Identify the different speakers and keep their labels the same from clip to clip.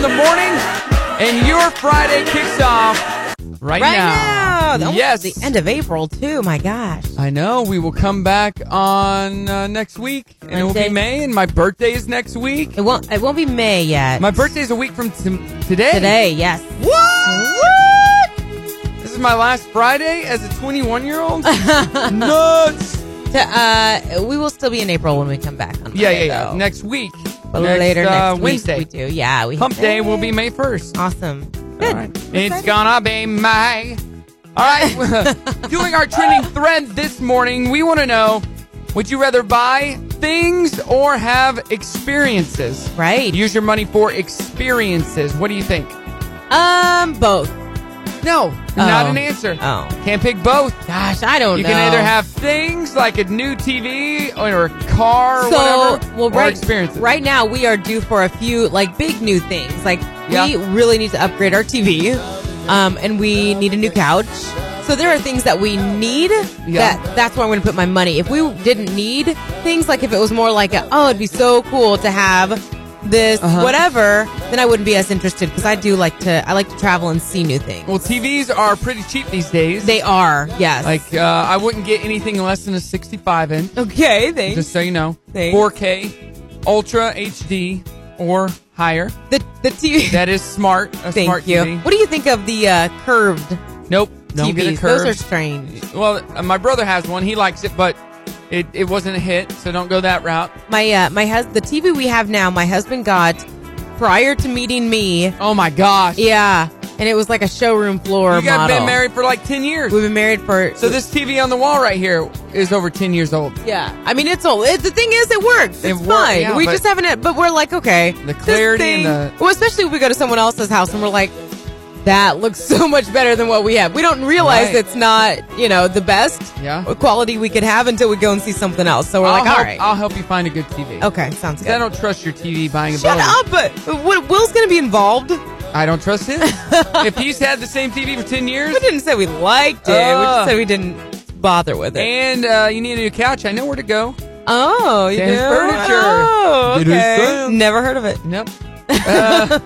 Speaker 1: the morning, and your Friday kicks off right,
Speaker 2: right now. That was
Speaker 1: Yes.
Speaker 2: The end of April, too. My gosh.
Speaker 1: I know. We will come back on uh, next week, and it will
Speaker 2: Wednesday.
Speaker 1: be May, and my birthday is next week.
Speaker 2: It won't, it won't be May yet.
Speaker 1: My birthday is a week from t- today.
Speaker 2: Today, yes.
Speaker 1: What? This is my last Friday as a 21 year old. Nuts.
Speaker 2: To, uh, we will still be in April when we come back. On
Speaker 1: Yeah, yeah,
Speaker 2: Monday,
Speaker 1: yeah.
Speaker 2: though.
Speaker 1: Next week.
Speaker 2: but later
Speaker 1: uh,
Speaker 2: next week
Speaker 1: Wednesday.
Speaker 2: we do. Yeah, we Eh,
Speaker 1: Hump day will be May 1st.
Speaker 2: awesome.
Speaker 1: All
Speaker 2: Good.
Speaker 1: right. It's gonna be May. All right. Doing our trending thread this morning, we want to know would you rather buy things or have experiences?
Speaker 2: Right.
Speaker 1: Use your money for experiences. What do you think?
Speaker 2: um, both.
Speaker 1: No, not
Speaker 2: Oh.
Speaker 1: an answer.
Speaker 2: Oh.
Speaker 1: Can't pick both.
Speaker 2: Gosh, I don't
Speaker 1: You
Speaker 2: know.
Speaker 1: can either have things like a new TV or a car or
Speaker 2: so
Speaker 1: whatever,
Speaker 2: well
Speaker 1: or
Speaker 2: right
Speaker 1: experiences.
Speaker 2: right now we are due for a few like big new things like we
Speaker 1: Yeah.
Speaker 2: really need to upgrade our tv um, and we need a new couch so there are things that we need
Speaker 1: Yeah.
Speaker 2: that that's where i'm going to put my money if we didn't need things like if it was more like a, oh it'd be so cool to have this
Speaker 1: Uh-huh.
Speaker 2: whatever then i wouldn't be as interested because i do like to i like to travel and see new things
Speaker 1: Well, TVs are pretty cheap these days.
Speaker 2: they are yes
Speaker 1: like uh, I wouldn't get anything less than a 65 inch.
Speaker 2: okay thanks
Speaker 1: Just so you know,
Speaker 2: Thanks.
Speaker 1: 4K, Ultra HD, or higher.
Speaker 2: the, the tv
Speaker 1: That is smart. A
Speaker 2: thank
Speaker 1: smart
Speaker 2: you
Speaker 1: TV.
Speaker 2: what do you think of the uh, curved
Speaker 1: Nope. Don't get a
Speaker 2: TVs.
Speaker 1: curve.
Speaker 2: Those are strange.
Speaker 1: well, uh, my brother has one. He likes it, but it, it wasn't a hit, so don't go that route.
Speaker 2: My uh, my hus the TV we have now. My husband got prior to meeting me.
Speaker 1: Oh my gosh.
Speaker 2: Yeah, and it was like a showroom floor
Speaker 1: you guys
Speaker 2: model.
Speaker 1: been married for like 10 years.
Speaker 2: We've been married for
Speaker 1: So this TV on the wall right here is over 10 years old.
Speaker 2: Yeah, I mean it's old. It, the thing is, it works. It's
Speaker 1: It wor-
Speaker 2: fine.
Speaker 1: yeah,
Speaker 2: we
Speaker 1: but-
Speaker 2: just haven't. had- But we're like, okay,
Speaker 1: The
Speaker 2: this
Speaker 1: clarity and
Speaker 2: thing-
Speaker 1: the-
Speaker 2: well, especially if we go to someone else's house and we're like. That looks so much better than what we have. We don't realize
Speaker 1: Right.
Speaker 2: it's not, you know, the best
Speaker 1: Yeah.
Speaker 2: quality we could have until we go and see something else. So we're
Speaker 1: I'll
Speaker 2: like,
Speaker 1: help,
Speaker 2: all right,
Speaker 1: I'll help you find a good TV.
Speaker 2: okay, sounds good.
Speaker 1: I don't trust your TV buying
Speaker 2: Shut
Speaker 1: ability.
Speaker 2: up! What, Will's going to be involved. We
Speaker 1: I don't trust him. if he's had the same TV for 10 years
Speaker 2: didn't say we liked it. we
Speaker 1: Ugh.
Speaker 2: just said we didn't bother with it.
Speaker 1: and uh, you need a new couch, I know where to go.
Speaker 2: oh, you
Speaker 1: Dan's
Speaker 2: do?
Speaker 1: furniture.
Speaker 2: Oh,
Speaker 1: It is
Speaker 2: okay.
Speaker 1: Dan's.
Speaker 2: Never heard of it.
Speaker 1: Nope. Uh,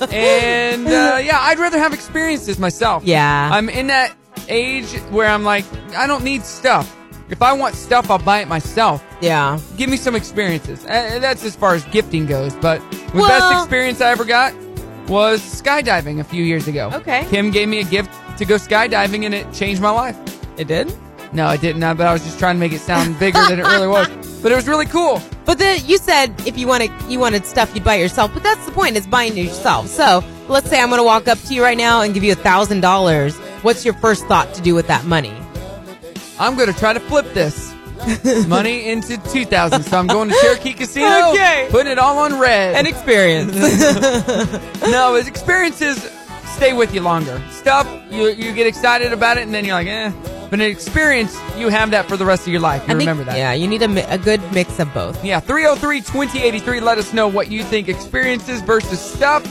Speaker 1: and uh, yeah, I'd rather have experiences myself.
Speaker 2: Yeah.
Speaker 1: I'm in that age where I'm like, I don't need stuff. If I want stuff, I'll buy it myself.
Speaker 2: Yeah.
Speaker 1: Give me some experiences. Uh, that's as far as gifting goes. But the best
Speaker 2: Well-
Speaker 1: experience I ever got was skydiving a few years ago.
Speaker 2: Okay.
Speaker 1: Kim gave me a gift to go skydiving, and it changed my life.
Speaker 2: It did.
Speaker 1: No, it didn't, uh, but I was just trying to make it sound bigger than it really was. But it was really cool.
Speaker 2: But then you said if you wanted you wanted stuff you'd buy yourself. But that's the point. It's buying yourself. So let's say I'm going to walk up to you right now and give you a thousand dollars. What's your first thought to do with that money?
Speaker 1: I'm going to try to flip this money into 2000. So I'm going to Cherokee Casino,
Speaker 2: Okay.
Speaker 1: putting it all on red.
Speaker 2: An experience.
Speaker 1: no, his experiences stay with you longer. Stuff you you get excited about it, and then you're like, eh. But an experience, you have that for the rest of your life. You
Speaker 2: I think-
Speaker 1: remember that.
Speaker 2: Yeah, you need a, mi- a good mix of both.
Speaker 1: Yeah, 303 2083. Let us know what you think experiences versus stuff.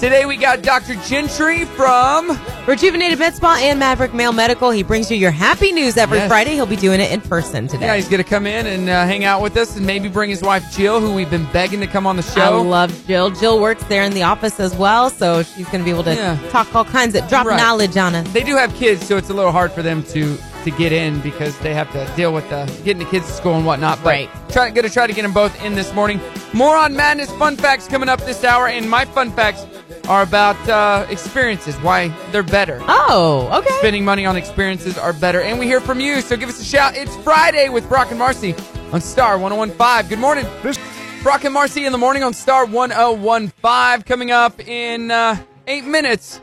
Speaker 1: Today we got Dr. Gentry from.
Speaker 2: Rejuvenated Med Spa and Maverick Male Medical. He brings you your happy news every
Speaker 1: Yes.
Speaker 2: Friday. He'll be doing it in person today.
Speaker 1: Yeah, he's going to come in and uh, hang out with us and maybe bring his wife Jill, who we've been begging to come on the
Speaker 2: I
Speaker 1: show.
Speaker 2: love Jill. Jill works there in the office as well, so she's going to be able to
Speaker 1: Yeah.
Speaker 2: talk all kinds of drop
Speaker 1: Right.
Speaker 2: knowledge on us.
Speaker 1: they do have kids, so it's a little hard for them to to get in because they have to deal with the getting the kids to school and whatnot. But
Speaker 2: Right.
Speaker 1: Try, gonna try to get them both in this morning. More on madness, fun facts coming up this hour, and my fun facts are about uh, experiences, why they're better.
Speaker 2: Oh, okay.
Speaker 1: Spending money on experiences are better, and we hear from you. So give us a shout. It's Friday with Brock and Marcy on Star 1015. Good morning. Brock and Marcy in the morning on Star 1015. Coming up in uh, eight minutes,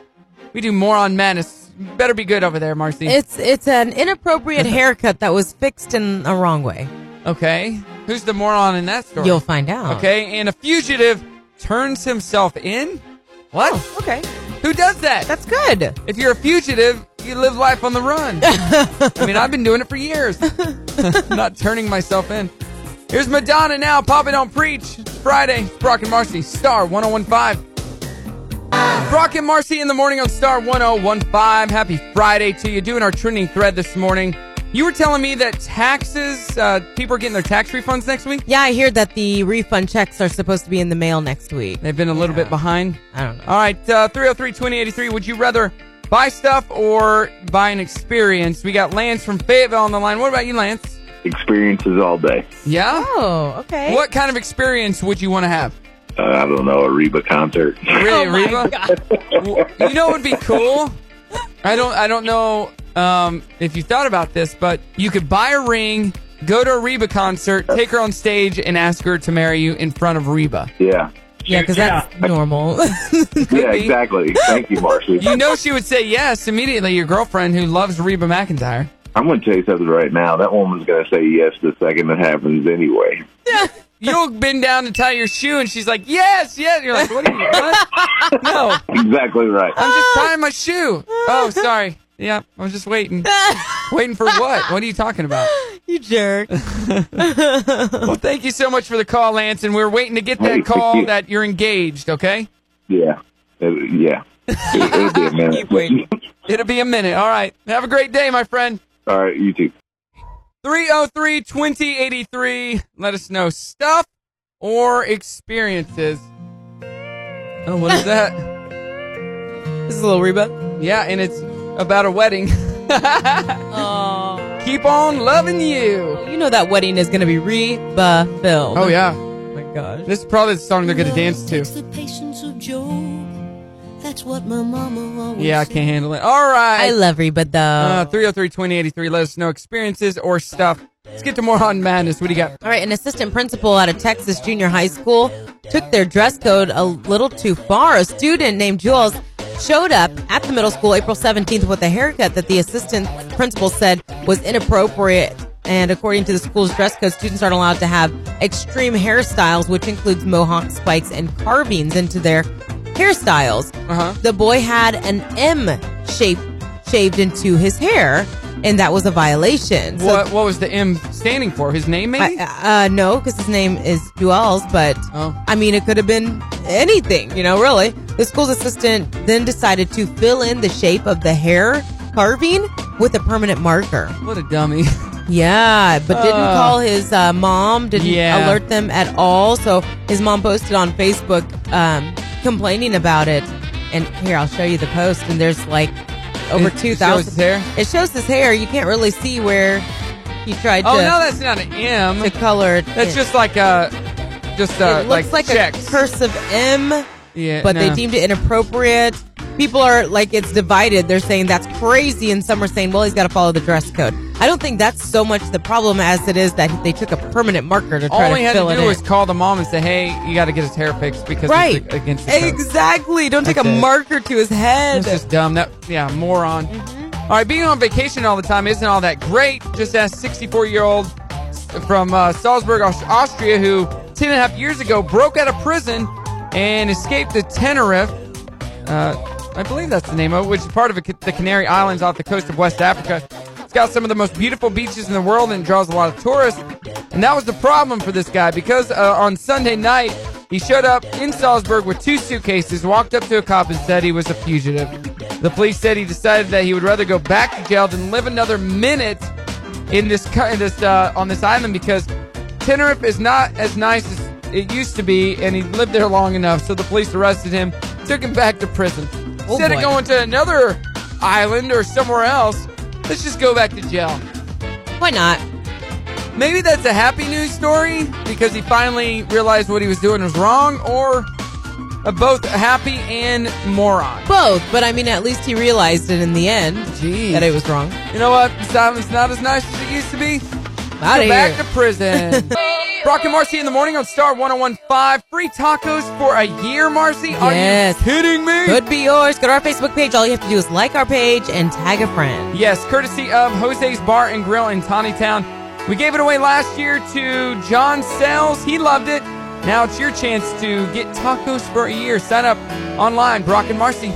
Speaker 1: we do more on madness. Better be good over there, Marcy.
Speaker 2: It's it's an inappropriate haircut that was fixed in a wrong way.
Speaker 1: okay. Who's the moron in that story?
Speaker 2: You'll find out.
Speaker 1: Okay. And a fugitive turns himself in? What?
Speaker 2: Okay.
Speaker 1: Who does that?
Speaker 2: That's good.
Speaker 1: If you're a fugitive, you live life on the run. I mean, I've been doing it for years. Not turning myself in. Here's Madonna now, Papa Don't Preach. Friday, Brock and Marcy, Star 1015. Brock and oh Marcy in the morning on Star 1015. Happy Friday to you. Doing our trending thread this morning. You were telling me that taxes, uh, people are getting their tax refunds next week.
Speaker 2: Yeah, I hear that the refund checks are supposed to be in the mail next week.
Speaker 1: They've been a little bit behind.
Speaker 2: I don't know.
Speaker 1: All right, uh, 303-2083, would you rather buy stuff or buy an experience? We got Lance from Fayetteville on the line. What about you, Lance?
Speaker 3: experiences all day.
Speaker 1: Yeah?
Speaker 2: Oh, okay.
Speaker 1: What kind of experience would you want to have?
Speaker 3: Uh, I don't know, a Reba concert.
Speaker 1: Really,
Speaker 2: Oh my
Speaker 1: Reba?
Speaker 2: God.
Speaker 1: W- You know what would be cool? I don't I don't know um, if you thought about this, but you could buy a ring, go to a Reba concert, take her on stage, and ask her to marry you in front of Reba.
Speaker 3: Yeah.
Speaker 2: Yeah, because that's normal.
Speaker 3: Yeah,
Speaker 1: be.
Speaker 3: exactly. Thank you, Marcy.
Speaker 1: You know she would say yes immediately, your girlfriend who loves Reba McIntyre.
Speaker 3: I'm going to tell you something right now. That woman's going to say yes the second it happens anyway.
Speaker 1: You'll bend down to tie your shoe, and she's like, yes, yes. You're like, what are you, what? No,
Speaker 3: Exactly right.
Speaker 1: I'm just tying my shoe. Oh, sorry. Yeah, I was just waiting. Waiting for what? What are you talking about?
Speaker 2: you jerk.
Speaker 1: Well, thank you so much for the call, Lance. And we're waiting to get
Speaker 3: Hey,
Speaker 1: that
Speaker 3: thank
Speaker 1: call
Speaker 3: you.
Speaker 1: that you're engaged, okay?
Speaker 3: Yeah. It- yeah. It, will be a
Speaker 1: Keep waiting.
Speaker 3: minute.
Speaker 1: It'll be a minute. All right. Have a great day, my friend.
Speaker 3: all right, you too.
Speaker 1: 303 2083. Let us know stuff or experiences. Oh, what is that?
Speaker 2: This is a little Reba.
Speaker 1: yeah, and it's about a wedding.
Speaker 2: Oh.
Speaker 1: Keep on loving you.
Speaker 2: You know that wedding is going to be Reba filled.
Speaker 1: Oh, yeah.
Speaker 2: Oh my gosh.
Speaker 1: This is probably the song they're going to dance to.
Speaker 4: Takes the patience of Job. That's what my mama always
Speaker 1: Yeah, I
Speaker 4: said.
Speaker 1: can't handle it. All right.
Speaker 2: I love Reba though.
Speaker 1: Uh, 303-2083. Let us know experiences or stuff. Let's get to more on madness. What do you got?
Speaker 2: All right, an assistant principal at a Texas junior high school took their dress code a little too far. A student named Jules showed up at the middle school April 17th with a haircut that the assistant principal said was inappropriate. And according to the school's dress code, students aren't allowed to have extreme hairstyles, which includes mohawk spikes and carvings into their hairstyles.
Speaker 1: Uh-huh.
Speaker 2: The boy had an M shape shaved into his hair, and that was a violation. So
Speaker 1: What what was the M standing for? His name maybe?
Speaker 2: I, uh, no, because his name is Duels, but
Speaker 1: Oh.
Speaker 2: I mean, it could have been anything, you know, really. The school's assistant then decided to fill in the shape of the hair carving with a permanent marker.
Speaker 1: what a dummy.
Speaker 2: Yeah, but didn't
Speaker 1: Uh.
Speaker 2: call his uh, mom, didn't
Speaker 1: Yeah.
Speaker 2: alert them at all. So his mom posted on Facebook um, complaining about it. And here, I'll show you the post. And there's like over
Speaker 1: It- it
Speaker 2: 2,000.
Speaker 1: shows his hair?
Speaker 2: It shows his hair. You can't really see where he tried
Speaker 1: Oh,
Speaker 2: to,
Speaker 1: no, that's not an M.
Speaker 2: to color it.
Speaker 1: That's
Speaker 2: in.
Speaker 1: just like a just uh,
Speaker 2: it looks like,
Speaker 1: checks.
Speaker 2: a cursive M,
Speaker 1: yeah,
Speaker 2: but they
Speaker 1: no.
Speaker 2: deemed it inappropriate. People are like, it's divided. They're saying that's crazy, and some are saying, well, he's got to follow the dress code. I don't think that's so much the problem as it is that they took a permanent marker to try
Speaker 1: all we
Speaker 2: to
Speaker 1: had
Speaker 2: fill
Speaker 1: to
Speaker 2: it
Speaker 1: do
Speaker 2: in.
Speaker 1: was call the mom and say, "Hey, you got to get his hair fixed because
Speaker 2: right,
Speaker 1: it's against the code."
Speaker 2: exactly. Don't take
Speaker 1: That's
Speaker 2: a
Speaker 1: it.
Speaker 2: marker to his head.
Speaker 1: That's just dumb. That yeah, moron. All right, being on vacation all the time isn't all that great. Just ask 64 year old from uh, Salzburg, Aus- Austria, who 10 and a half years ago broke out of prison and escaped to Tenerife. Uh, I believe that's the name of it, which is part of the Ca- the Canary Islands off the coast of West Africa. It's got some of the most beautiful beaches in the world and draws a lot of tourists. And that was the problem for this guy because uh, on Sunday night, he showed up in Salzburg with two suitcases, walked up to a cop, and said he was a fugitive. The police said he decided that he would rather go back to jail than live another minute in this co- in this uh, on this island because Tenerife is not as nice as it used to be, and he lived there long enough. So the police arrested him, took him back to prison.
Speaker 2: Oh,
Speaker 1: Instead of
Speaker 2: boy.
Speaker 1: going to another island or somewhere else, let's just go back to jail.
Speaker 2: Why not?
Speaker 1: Maybe that's a happy news story because he finally realized what he was doing was wrong, or uh, both happy and moron.
Speaker 2: Both, but I mean, at least he realized it in the end
Speaker 1: Jeez.
Speaker 2: that it was wrong.
Speaker 1: You know what? This island's not as nice as it used to be.
Speaker 2: Out
Speaker 1: Go
Speaker 2: of
Speaker 1: back to
Speaker 2: here.
Speaker 1: prison. Brock and Marcy in the morning on Star 1015. Free tacos for a year, Marcy? Are
Speaker 2: Yes.
Speaker 1: you kidding me?
Speaker 2: Could be yours. Go to our Facebook page. All you have to do is like our page and tag a friend.
Speaker 1: Yes, courtesy of Jose's Bar and Grill in Tawnytown. We gave it away last year to John Sells. He loved it. Now it's your chance to get tacos for a year. Sign up online, Brock and Marcy.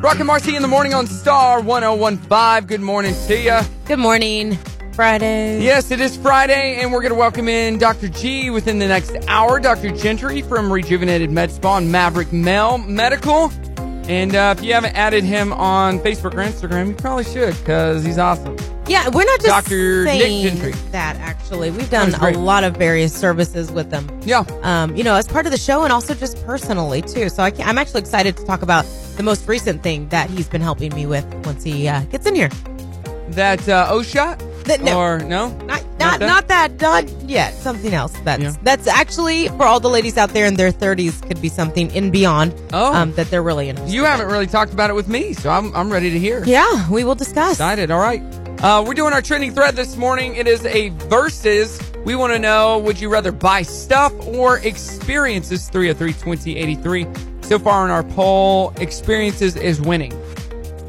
Speaker 1: Brock and Marcy in the morning on Star 1015. Good morning to you.
Speaker 2: Good morning, Friday.
Speaker 1: Yes, it is Friday, and we're going to welcome in Dr. G within the next hour. Dr. Gentry from Rejuvenated Med Spa and Maverick Mel Medical. And uh, if you haven't added him on Facebook or Instagram, you probably should because he's awesome.
Speaker 2: Yeah, we're not just
Speaker 1: Dr. Nick
Speaker 2: saying
Speaker 1: Gentry.
Speaker 2: that. Actually, we've
Speaker 1: That
Speaker 2: done
Speaker 1: was
Speaker 2: a
Speaker 1: great.
Speaker 2: lot of various services with them.
Speaker 1: Yeah.
Speaker 2: Um, you know, as part of the show and also just personally too. So I can, I'm actually excited to talk about the most recent thing that he's been helping me with once he uh, gets in here.
Speaker 1: That uh, O shot?
Speaker 2: That- no.
Speaker 1: Or no?
Speaker 2: Not
Speaker 1: Not
Speaker 2: not
Speaker 1: that?
Speaker 2: not that not yet. Something else. That's
Speaker 1: Yeah.
Speaker 2: that's actually for all the ladies out there in their 30s could be something and beyond.
Speaker 1: Oh.
Speaker 2: um, that they're really interested.
Speaker 1: You haven't really talked about it with me, so I'm, I'm ready to hear.
Speaker 2: Yeah, we will discuss.
Speaker 1: Excited. All right. Uh, we're doing our trending thread this morning. It is a versus. We want to know would you rather buy stuff or experiences? 303 2083. So far in our poll, experiences is winning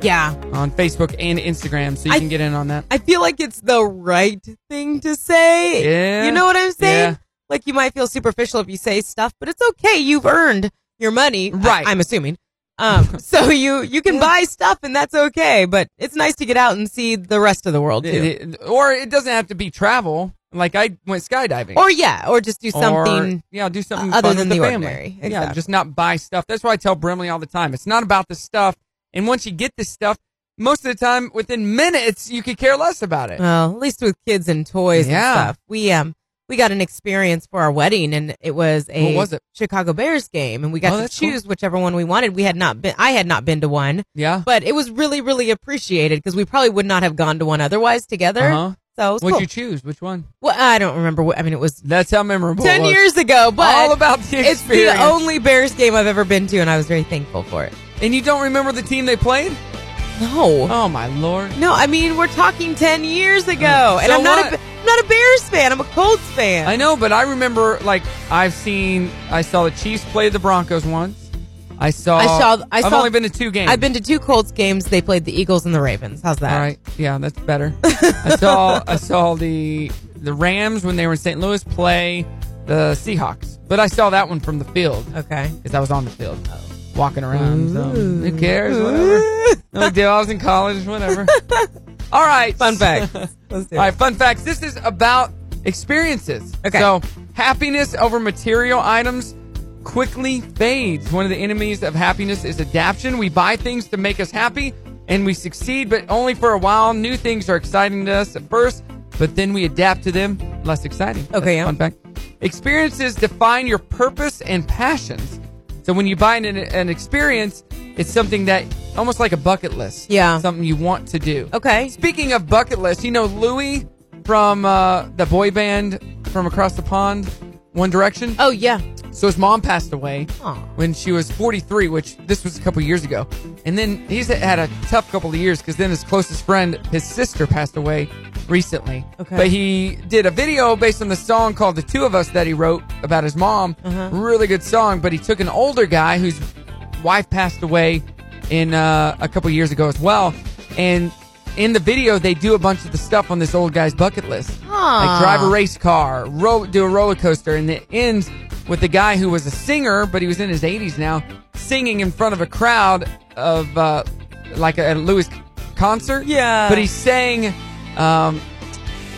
Speaker 2: Yeah,
Speaker 1: on Facebook and Instagram, so you
Speaker 2: I-
Speaker 1: can get in on that.
Speaker 2: I feel like it's the right thing to say.
Speaker 1: Yeah.
Speaker 2: You know what I'm saying?
Speaker 1: Yeah.
Speaker 2: Like you might feel superficial if you say stuff, but it's okay. You've earned your money, I-
Speaker 1: Right.
Speaker 2: I'm assuming. Um, so you you can buy stuff and that's okay, but it's nice to get out and see the rest of the world too.
Speaker 1: It- it- or it doesn't have to be travel. Like I went skydiving.
Speaker 2: or yeah, or just do something.
Speaker 1: Or, yeah, do something
Speaker 2: other
Speaker 1: fun
Speaker 2: than
Speaker 1: with
Speaker 2: the
Speaker 1: family.
Speaker 2: ordinary.
Speaker 1: Yeah,
Speaker 2: Exactly.
Speaker 1: just not buy stuff. That's why I tell Brimley all the time. It's not about the stuff. And once you get the stuff, most of the time within minutes you could care less about it.
Speaker 2: Well, at least with kids and toys
Speaker 1: Yeah.
Speaker 2: and stuff. We um we got an experience for our wedding and it was a
Speaker 1: What was it?
Speaker 2: Chicago Bears game and we got
Speaker 1: Oh,
Speaker 2: to
Speaker 1: that's cool.
Speaker 2: choose whichever one we wanted. We had not been I had not been to one,
Speaker 1: yeah.
Speaker 2: but it was really really appreciated because we probably would not have gone to one otherwise together.
Speaker 1: Uh-huh.
Speaker 2: So it was
Speaker 1: What'd
Speaker 2: cool.
Speaker 1: you choose? Which one?
Speaker 2: well, I don't remember what I mean it was
Speaker 1: That's how memorable.
Speaker 2: 10
Speaker 1: it was.
Speaker 2: years ago, but
Speaker 1: all about the experience.
Speaker 2: it's the only Bears game I've ever been to and I was very thankful for it.
Speaker 1: and you don't remember the team they played?
Speaker 2: No.
Speaker 1: Oh my lord.
Speaker 2: No, I mean we're talking ten years ago, and
Speaker 1: Mm. So
Speaker 2: I'm not
Speaker 1: what?
Speaker 2: a I'm not a Bears fan. I'm a Colts fan.
Speaker 1: I know, but I remember like I've seen I saw the Chiefs play the Broncos once. I saw
Speaker 2: I saw- I
Speaker 1: have
Speaker 2: saw-
Speaker 1: only been to two games.
Speaker 2: I've been to two Colts games. They played the Eagles and the Ravens. How's that?
Speaker 1: All right. Yeah, that's better. I saw I saw the the Rams when they were in St. Louis play the Seahawks, but I saw that one from the field
Speaker 2: Okay.
Speaker 1: because I was on the field walking around. So who cares? Whatever. No big deal. I was in college. Whatever. All right.
Speaker 2: Fun fact. Let's do
Speaker 1: All right. Fun facts. This is about experiences.
Speaker 2: Okay.
Speaker 1: So happiness over material items quickly fades. One of the enemies of happiness is adaption. We buy things to make us happy and we succeed, but only for a while. New things are exciting to us at first, but then we adapt to them. Less exciting. That's
Speaker 2: Okay,
Speaker 1: a
Speaker 2: yeah.
Speaker 1: Fun fact. Experiences define your purpose and passions. So when you buy an, an experience, it's something that almost like a bucket list.
Speaker 2: Yeah.
Speaker 1: Something you want to do.
Speaker 2: Okay.
Speaker 1: Speaking of bucket list, you know Louis from uh, the boy band from across the pond, One Direction.
Speaker 2: Oh yeah.
Speaker 1: So his mom passed away
Speaker 2: Aw.
Speaker 1: when she was 43, which this was a couple years ago. And then he's had a tough couple of years because then his closest friend, his sister, passed away recently.
Speaker 2: Okay.
Speaker 1: But he did a video based on the song called "The Two of Us" that he wrote about his mom. Really good song. But he took an older guy whose wife passed away in uh, a couple of years ago as well, and. In the video, they do a bunch of the stuff on this old guy's bucket list.
Speaker 2: Aw.
Speaker 1: Like drive a race car, ro- do a roller coaster, and it ends with the guy who was a singer, but he was in his 80s now, singing in front of a crowd of uh, like a, a Lewis concert.
Speaker 2: Yeah.
Speaker 1: But he sang, um,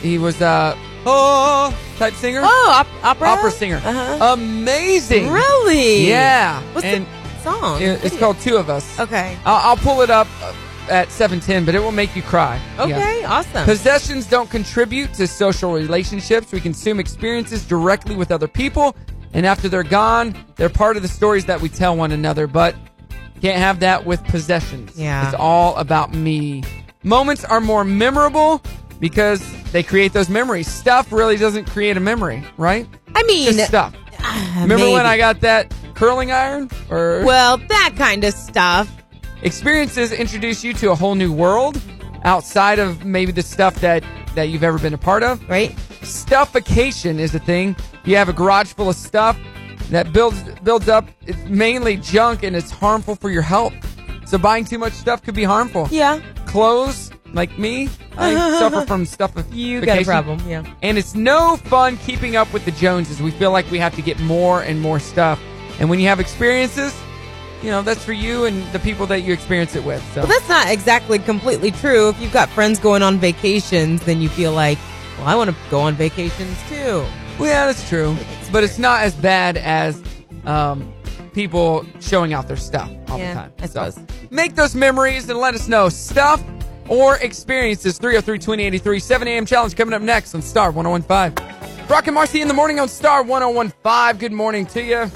Speaker 1: he was uh, oh type singer,
Speaker 2: Oh, op- opera.
Speaker 1: opera singer. Oh,
Speaker 2: Uh huh.
Speaker 1: Amazing.
Speaker 2: really?
Speaker 1: Yeah.
Speaker 2: What's
Speaker 1: and
Speaker 2: the song?
Speaker 1: it- it's called Two of Us.
Speaker 2: Okay.
Speaker 1: I'll, I'll pull it up uh, at 7:10, but it will make you cry. Yeah.
Speaker 2: Okay. Awesome.
Speaker 1: Possessions don't contribute to social relationships. We consume experiences directly with other people, and after they're gone, they're part of the stories that we tell one another. But can't have that with possessions.
Speaker 2: Yeah.
Speaker 1: It's all about me. Moments are more memorable because they create those memories. Stuff really doesn't create a memory, right?
Speaker 2: I mean,
Speaker 1: Just stuff.
Speaker 2: ah,
Speaker 1: Remember when
Speaker 2: maybe.
Speaker 1: I got that curling iron? Or
Speaker 2: Well, that kind of stuff.
Speaker 1: experiences introduce you to a whole new world outside of maybe the stuff that that you've ever been a part of.
Speaker 2: Right.
Speaker 1: Stuffication is the thing. You have a garage full of stuff that builds builds up. It's mainly junk and it's harmful for your health. So buying too much stuff could be harmful.
Speaker 2: Yeah.
Speaker 1: Clothes, like me, I suffer from stuffification.
Speaker 2: You got a problem. Yeah.
Speaker 1: And it's no fun keeping up with the Joneses. We feel like we have to get more and more stuff. And when you have experiences, you know, that's for you and the people that you experience it with. So
Speaker 2: Well, that's not exactly completely true. If you've got friends going on vacations, then you feel like, well, I want to go on vacations too.
Speaker 1: Well, yeah, that's true. But it's not as bad as um, people showing off their stuff all
Speaker 2: Yeah,
Speaker 1: the time.
Speaker 2: I suppose.
Speaker 1: make those memories and let us know stuff or experiences. 303 2083 7 a.m. challenge coming up next on Star 1015. Brock and Marcy in the morning on Star 1015. Good morning to you.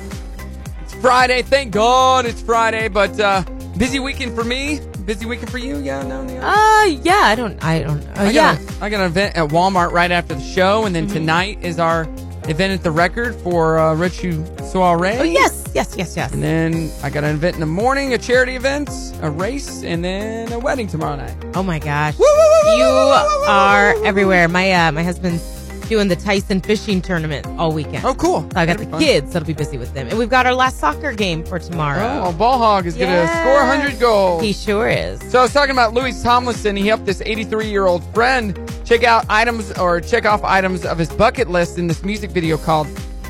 Speaker 1: It's Friday. Thank God it's Friday, but uh, busy weekend for me. Busy weekend for you. Yeah, no, no.
Speaker 2: Uh, yeah, I don't, I don't, oh,
Speaker 1: I
Speaker 2: yeah. Mm-hmm.
Speaker 1: got, a, I got an event at Walmart right after the show, and then tonight is our event at the record for uh, Richie Soiree.
Speaker 2: Oh, yes, yes, yes, yes.
Speaker 1: And then I got an event in the morning, a charity event, a race, and then a wedding tomorrow night.
Speaker 2: Oh my gosh.
Speaker 1: woo, woo, woo,
Speaker 2: You
Speaker 1: woo, woo, woo, woo, woo,
Speaker 2: are
Speaker 1: woo, woo.
Speaker 2: everywhere. My uh, my husband's doing the Tyson fishing tournament all weekend.
Speaker 1: Oh, cool.
Speaker 2: So I
Speaker 1: That'll
Speaker 2: got the
Speaker 1: be fun.
Speaker 2: kids, so I'll be busy with them. And we've got our last soccer game for
Speaker 1: Oh,
Speaker 2: tomorrow.
Speaker 1: Ball Hog is going to
Speaker 2: Yes.
Speaker 1: score 100 goals.
Speaker 2: He sure is.
Speaker 1: So I was talking about Louis Tomlinson. He helped this 83 year old friend check out items or check off items of his bucket list in this music video called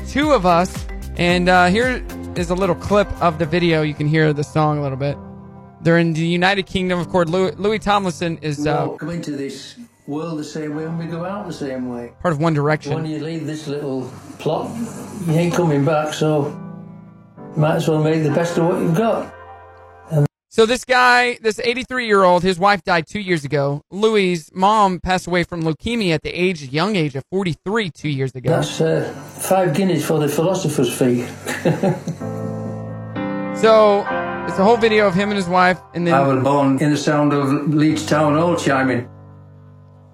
Speaker 1: Two of Us. And uh, here is a little clip of the video. You can hear the song a little bit. They're in the United Kingdom, of course. Louis, Louis Tomlinson is
Speaker 5: We
Speaker 1: uh,
Speaker 5: all come into this world the same way and we go out the same way.
Speaker 1: part of One
Speaker 5: When
Speaker 1: Direction.
Speaker 5: you leave this little plot, you ain't coming back, so might as well make the best of what you've got.
Speaker 1: So this guy, this 83 year old, his wife died two years ago. Louis' mom passed away from leukemia at the age, young age of 43, two years ago.
Speaker 5: That's uh, five guineas for the philosopher's fee.
Speaker 1: So it's a whole video of him and his wife, and then
Speaker 5: I was born in the sound of Leeds Town Hall chiming.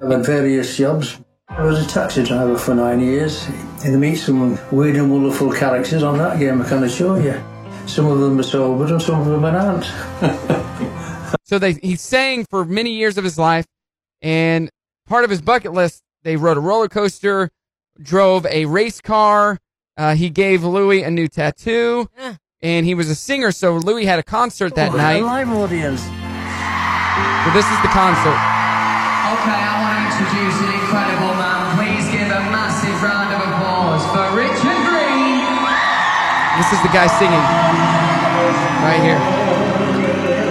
Speaker 5: I've had various jobs. I was a taxi driver for nine years. And meet some weird and wonderful characters on that game, I can assure you. Some of them are sobered and some of them aren't.
Speaker 1: So they he sang for many years of his life, and part of his bucket list, they rode a roller coaster, drove a race car. Uh, he gave Louis a new tattoo,
Speaker 2: Yeah.
Speaker 1: and he was a singer. So Louis had a concert that
Speaker 5: Oh,
Speaker 1: night.
Speaker 5: Live audience.
Speaker 1: So this is the concert.
Speaker 6: Okay, I want to introduce an incredible man. Please give a massive round of applause for Richard Green.
Speaker 1: This is the guy singing right here.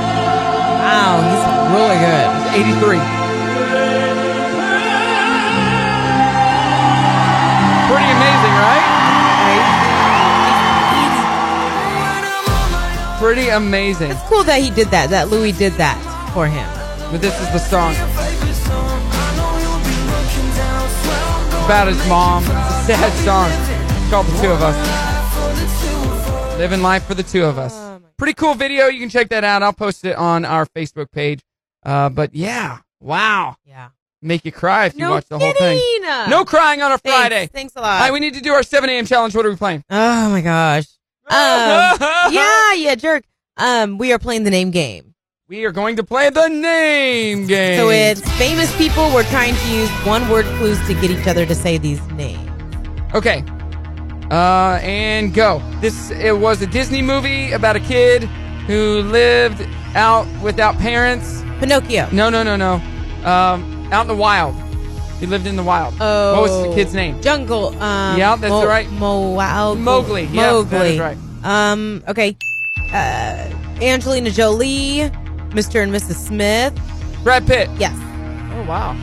Speaker 2: Wow, he's really good.
Speaker 1: He's 83. Pretty amazing, right? Pretty amazing.
Speaker 2: It's cool that he did that, that Louis did that for him.
Speaker 1: But this is the song. About his mom. It's a sad song. It's called The Two of Us. Living life for the two of us. Pretty cool video. You can check that out. I'll post it on our Facebook page. Uh, but yeah, wow.
Speaker 2: Yeah.
Speaker 1: Make you cry if you
Speaker 2: No
Speaker 1: watch the whole
Speaker 2: kidding.
Speaker 1: thing. No crying on a
Speaker 2: Thanks.
Speaker 1: Friday.
Speaker 2: Thanks a
Speaker 1: All
Speaker 2: lot.
Speaker 1: right, we need to do our 7 a.m. challenge. What are we playing?
Speaker 2: oh my gosh. Um, yeah, yeah, jerk. Um, we are playing the name game.
Speaker 1: We are going to play the name game.
Speaker 2: So it's famous people. We're trying to use one word clues to get each other to say these names.
Speaker 1: Okay. Uh, and go. This it was a Disney movie about a kid who lived out without parents.
Speaker 2: Pinocchio.
Speaker 1: No, no, no, no. Um, out in the wild. He lived in the wild.
Speaker 2: Oh.
Speaker 1: What was the kid's name?
Speaker 2: Jungle. Um,
Speaker 1: Yeah, that's right.
Speaker 2: Mo- Moal-
Speaker 1: Mowgli. Yeah,
Speaker 2: Mowgli.
Speaker 1: that is right.
Speaker 2: Um, okay. Uh, Angelina Jolie, Mr. and Mrs. Smith.
Speaker 1: Brad Pitt.
Speaker 2: Yes.
Speaker 1: Oh wow.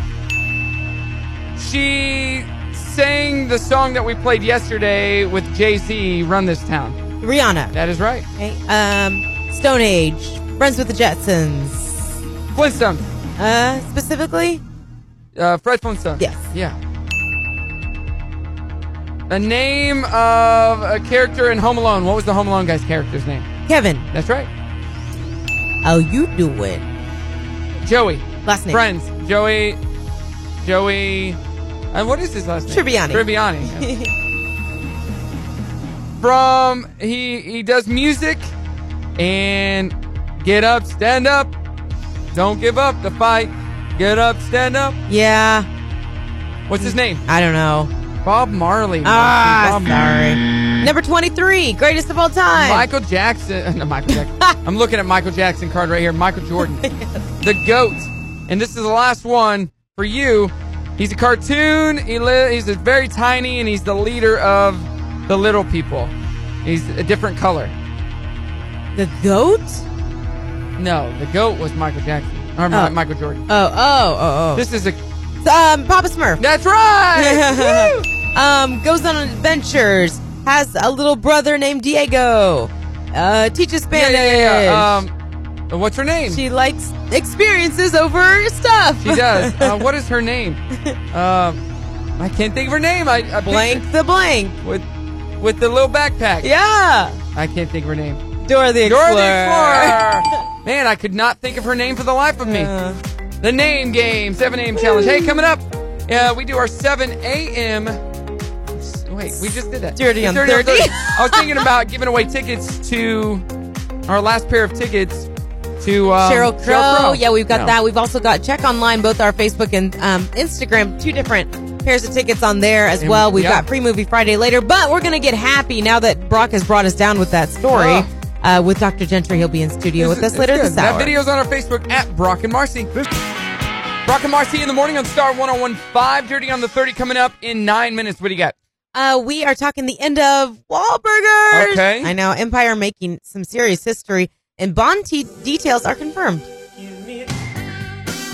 Speaker 1: She sang the song that we played yesterday with Jay Z, "Run This Town."
Speaker 2: Rihanna.
Speaker 1: That is right.
Speaker 2: Okay. Um, Stone Age. Friends with the Jetsons.
Speaker 1: Flintstone.
Speaker 2: Uh, specifically?
Speaker 1: Uh, Fred Flintstone.
Speaker 2: Yes.
Speaker 1: Yeah. The name of a character in Home Alone. What was the Home Alone guy's character's name?
Speaker 2: Kevin.
Speaker 1: That's right.
Speaker 2: How you doing?
Speaker 1: Joey.
Speaker 2: Last name.
Speaker 1: Friends. Joey. Joey. Uh, what is his last name?
Speaker 2: Tribbiani.
Speaker 1: Tribbiani. yeah. From he he does music and get up, stand up, don't give up the fight. Get up, stand up.
Speaker 2: yeah.
Speaker 1: What's his name?
Speaker 2: I don't know.
Speaker 1: Bob Marley.
Speaker 2: Ah,
Speaker 1: Bob
Speaker 2: sorry. Number 23, greatest of all time.
Speaker 1: Michael Jackson. No, Michael Jackson. I'm looking at Michael Jackson card right here. Michael Jordan, the goat. And this is the last one for you. He's a cartoon. He li- he's a very tiny, and he's the leader of the little people. He's a different color.
Speaker 2: The goat?
Speaker 1: No, the goat was Michael Jackson. Or Mi-
Speaker 2: Oh.
Speaker 1: Michael Jordan.
Speaker 2: Oh, oh, oh,
Speaker 1: This is a.
Speaker 2: oh. Um, Papa Smurf.
Speaker 1: That's right. Woo!
Speaker 2: um, goes on adventures. Has a little brother named Diego. Uh, teaches
Speaker 1: yeah,
Speaker 2: Spanish.
Speaker 1: yeah, yeah, yeah. Um, what's her name?
Speaker 2: she likes experiences over stuff.
Speaker 1: She does. Uh, what is her name? Um, I can't think of her name. I, I
Speaker 2: blank the blank.
Speaker 1: with with the little backpack.
Speaker 2: Yeah.
Speaker 1: I can't think of her name.
Speaker 2: Dora the
Speaker 1: Dora
Speaker 2: Explorer.
Speaker 1: the Explorer. Man, I could not think of her name for the life of me.
Speaker 2: Yeah.
Speaker 1: The name game, seven a.m. challenge. Hey, coming up, uh, we do our seven a.m. Wait, we just did that.
Speaker 2: Dirty on 30.
Speaker 1: I was thinking about giving away tickets to our last pair of tickets to um,
Speaker 2: Cheryl Crow. Yeah, we've got
Speaker 1: No.
Speaker 2: that. We've also got check online, both our Facebook and um, Instagram. Two different pairs of tickets on there as
Speaker 1: And-
Speaker 2: well. We've
Speaker 1: yeah.
Speaker 2: got free movie Friday later, but we're gonna get happy now that Brock has brought us down with that story.
Speaker 1: Yeah.
Speaker 2: Uh, with Dr. Gentry, he'll be in studio with
Speaker 1: This-
Speaker 2: us later
Speaker 1: it's
Speaker 2: this
Speaker 1: good.
Speaker 2: hour.
Speaker 1: That video's on our Facebook at Brock and Marcy. Brock and Marcy in the morning on Star 1015. Dirty on the 30 coming up in nine minutes. What do you got?
Speaker 2: Uh, we are talking the end of Wahlburgers.
Speaker 1: Okay.
Speaker 2: I know Empire making some serious history, and Bond te- details are confirmed.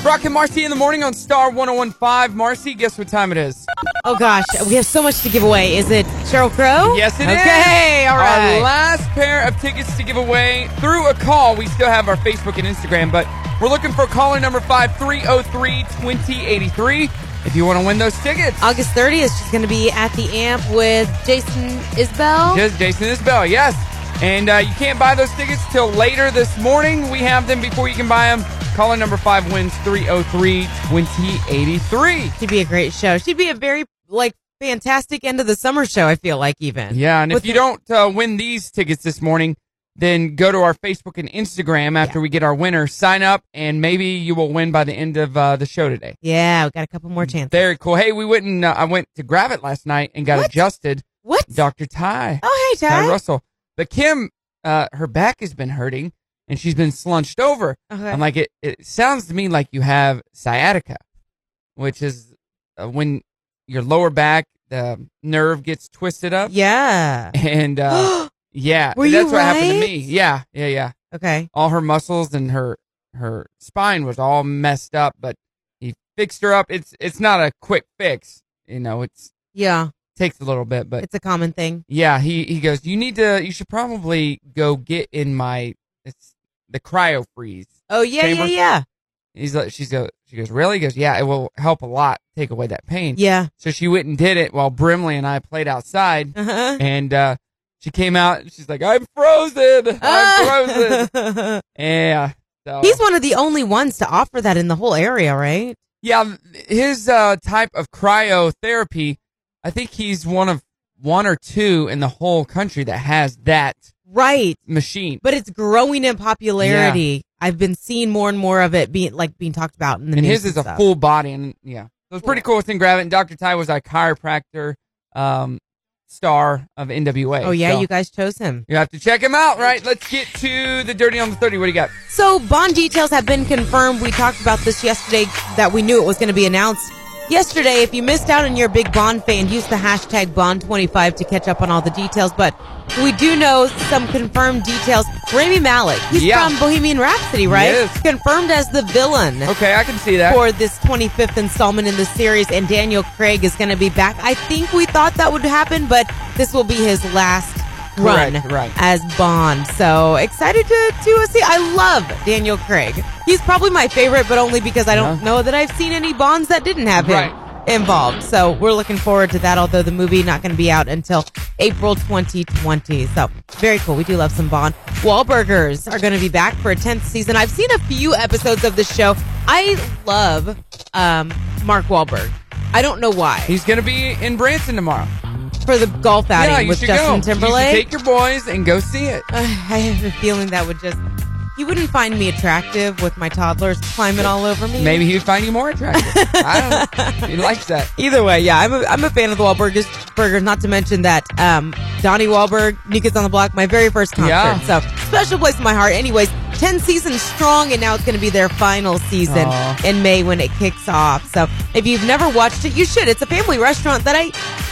Speaker 1: Brock and Marcy in the morning on Star 1015. Marcy, guess what time it is?
Speaker 2: Oh gosh, we have so much to give away. Is it Cheryl Crow?
Speaker 1: Yes, it
Speaker 2: it
Speaker 1: is.
Speaker 2: is. Okay, all
Speaker 1: Our
Speaker 2: right.
Speaker 1: last pair of tickets to give away through a call. We still have our Facebook and Instagram, but we're looking for caller number 5303 2083 if you want to win those tickets.
Speaker 2: August 30th, she's going to be at the amp with Jason Isbell.
Speaker 1: Just Jason Isbell, yes. And uh, you can't buy those tickets till later this morning. We have them before you can buy them. Caller number five wins 303 2083.
Speaker 2: She'd be a great show. She'd be a very like fantastic end of the summer show. I feel like even.
Speaker 1: Yeah, and if
Speaker 2: With
Speaker 1: you don't uh, win these tickets this morning, then go to our Facebook and Instagram after we get our winner. Sign up, and maybe you will win by the end of uh, the show today.
Speaker 2: Yeah, we got a couple more chances.
Speaker 1: Very cool. Hey, we went and uh, I went to grab it last night and got
Speaker 2: What?
Speaker 1: adjusted.
Speaker 2: What?
Speaker 1: Dr. Ty.
Speaker 2: Oh, hey,
Speaker 1: Ty
Speaker 2: Ty.
Speaker 1: Russell. But Kim, uh, her back has been hurting and she's been slunched over.
Speaker 2: Okay.
Speaker 1: I'm like, it, it sounds to me like you have sciatica, which is uh, when your lower back, the nerve gets twisted up.
Speaker 2: Yeah.
Speaker 1: And uh, yeah,
Speaker 2: Were
Speaker 1: that's
Speaker 2: you
Speaker 1: what happened to
Speaker 2: right?
Speaker 1: me. Yeah, yeah, yeah.
Speaker 2: okay.
Speaker 1: All her muscles and her her spine was all messed up, but he fixed her up. It's it's not a quick fix, you know. It's
Speaker 2: Yeah,
Speaker 1: takes a little bit, but
Speaker 2: it's a common thing.
Speaker 1: yeah, he he goes. You need to. You should probably go get in my. It's the cryo freeze.
Speaker 2: Oh yeah,
Speaker 1: Chamber?
Speaker 2: yeah,
Speaker 1: He's like, she's go. She goes, really? He goes, yeah. It will help a lot. Take away that pain.
Speaker 2: yeah, yeah.
Speaker 1: So she went and did it while Brimley and I played outside,
Speaker 2: Uh-huh.
Speaker 1: and uh, she came out. and She's like, I'm frozen. I'm frozen.
Speaker 2: Ah.
Speaker 1: Yeah. So
Speaker 2: He's one of the only ones to offer that in the whole area, right?
Speaker 1: yeah, um, his uh, type of cryotherapy. I think he's one of one or two in the whole country that has that
Speaker 2: Right.
Speaker 1: machine.
Speaker 2: but it's growing in popularity. I've been seeing more and more of it being like being talked about in the
Speaker 1: and
Speaker 2: news.
Speaker 1: his is
Speaker 2: and
Speaker 1: a
Speaker 2: stuff.
Speaker 1: full body and yeah so it's pretty cool it's in gravit and dr ty was a chiropractor um star of nwa
Speaker 2: Oh yeah,
Speaker 1: So
Speaker 2: you guys chose him.
Speaker 1: you have to check him out right let's get to the dirty on the 30 what do you got
Speaker 2: So bond details have been confirmed. We talked about this yesterday that we knew it was going to be announced. Yesterday, if you missed out and you're a big Bond fan, use the hashtag Bond25 to catch up on all the details. But we do know some confirmed details. Rami Malik, he's
Speaker 1: Yeah.
Speaker 2: from Bohemian Rhapsody, right?
Speaker 1: is.
Speaker 2: Confirmed as the villain.
Speaker 1: okay i can see that
Speaker 2: for this 25th installment in the series, and Daniel Craig is going to be back. I think we thought that would happen, but this will be his last run
Speaker 1: Correct, right.
Speaker 2: as Bond. So excited to, to see. I love Daniel Craig. He's probably my favorite, but only because I don't
Speaker 1: Yeah.
Speaker 2: know that I've seen any Bonds that didn't have him.
Speaker 1: Uh-huh. Right.
Speaker 2: Involved, so we're looking forward to that. Although the movie not going to be out until April 2020, so very cool. We do love some Bond. Wahlburgers are going to be back for a 10th season. I've seen a few episodes of the show. I love um, Mark Wahlberg. I don't know why.
Speaker 1: he's gonna be in branson tomorrow
Speaker 2: for the golf
Speaker 1: yeah
Speaker 2: outing
Speaker 1: you
Speaker 2: with
Speaker 1: should
Speaker 2: Justin
Speaker 1: go you
Speaker 2: Timberlake.
Speaker 1: should take your boys and go see it
Speaker 2: Uh, I have a feeling that would just. He wouldn't find me attractive with my toddlers climbing all over me.
Speaker 1: maybe he'd find you more attractive i don't know he likes that
Speaker 2: Either way, yeah, I'm a, I'm a fan of the Wahlburgers. Burgers, not to mention that um, Donnie Wahlberg, New Kids on the Block, my very first concert.
Speaker 1: Yeah.
Speaker 2: So special place in my heart. Anyways, ten seasons strong, and now it's going to be their final season
Speaker 1: Aw.
Speaker 2: in May when it kicks off. So if you've never watched it, you should. It's a family restaurant that I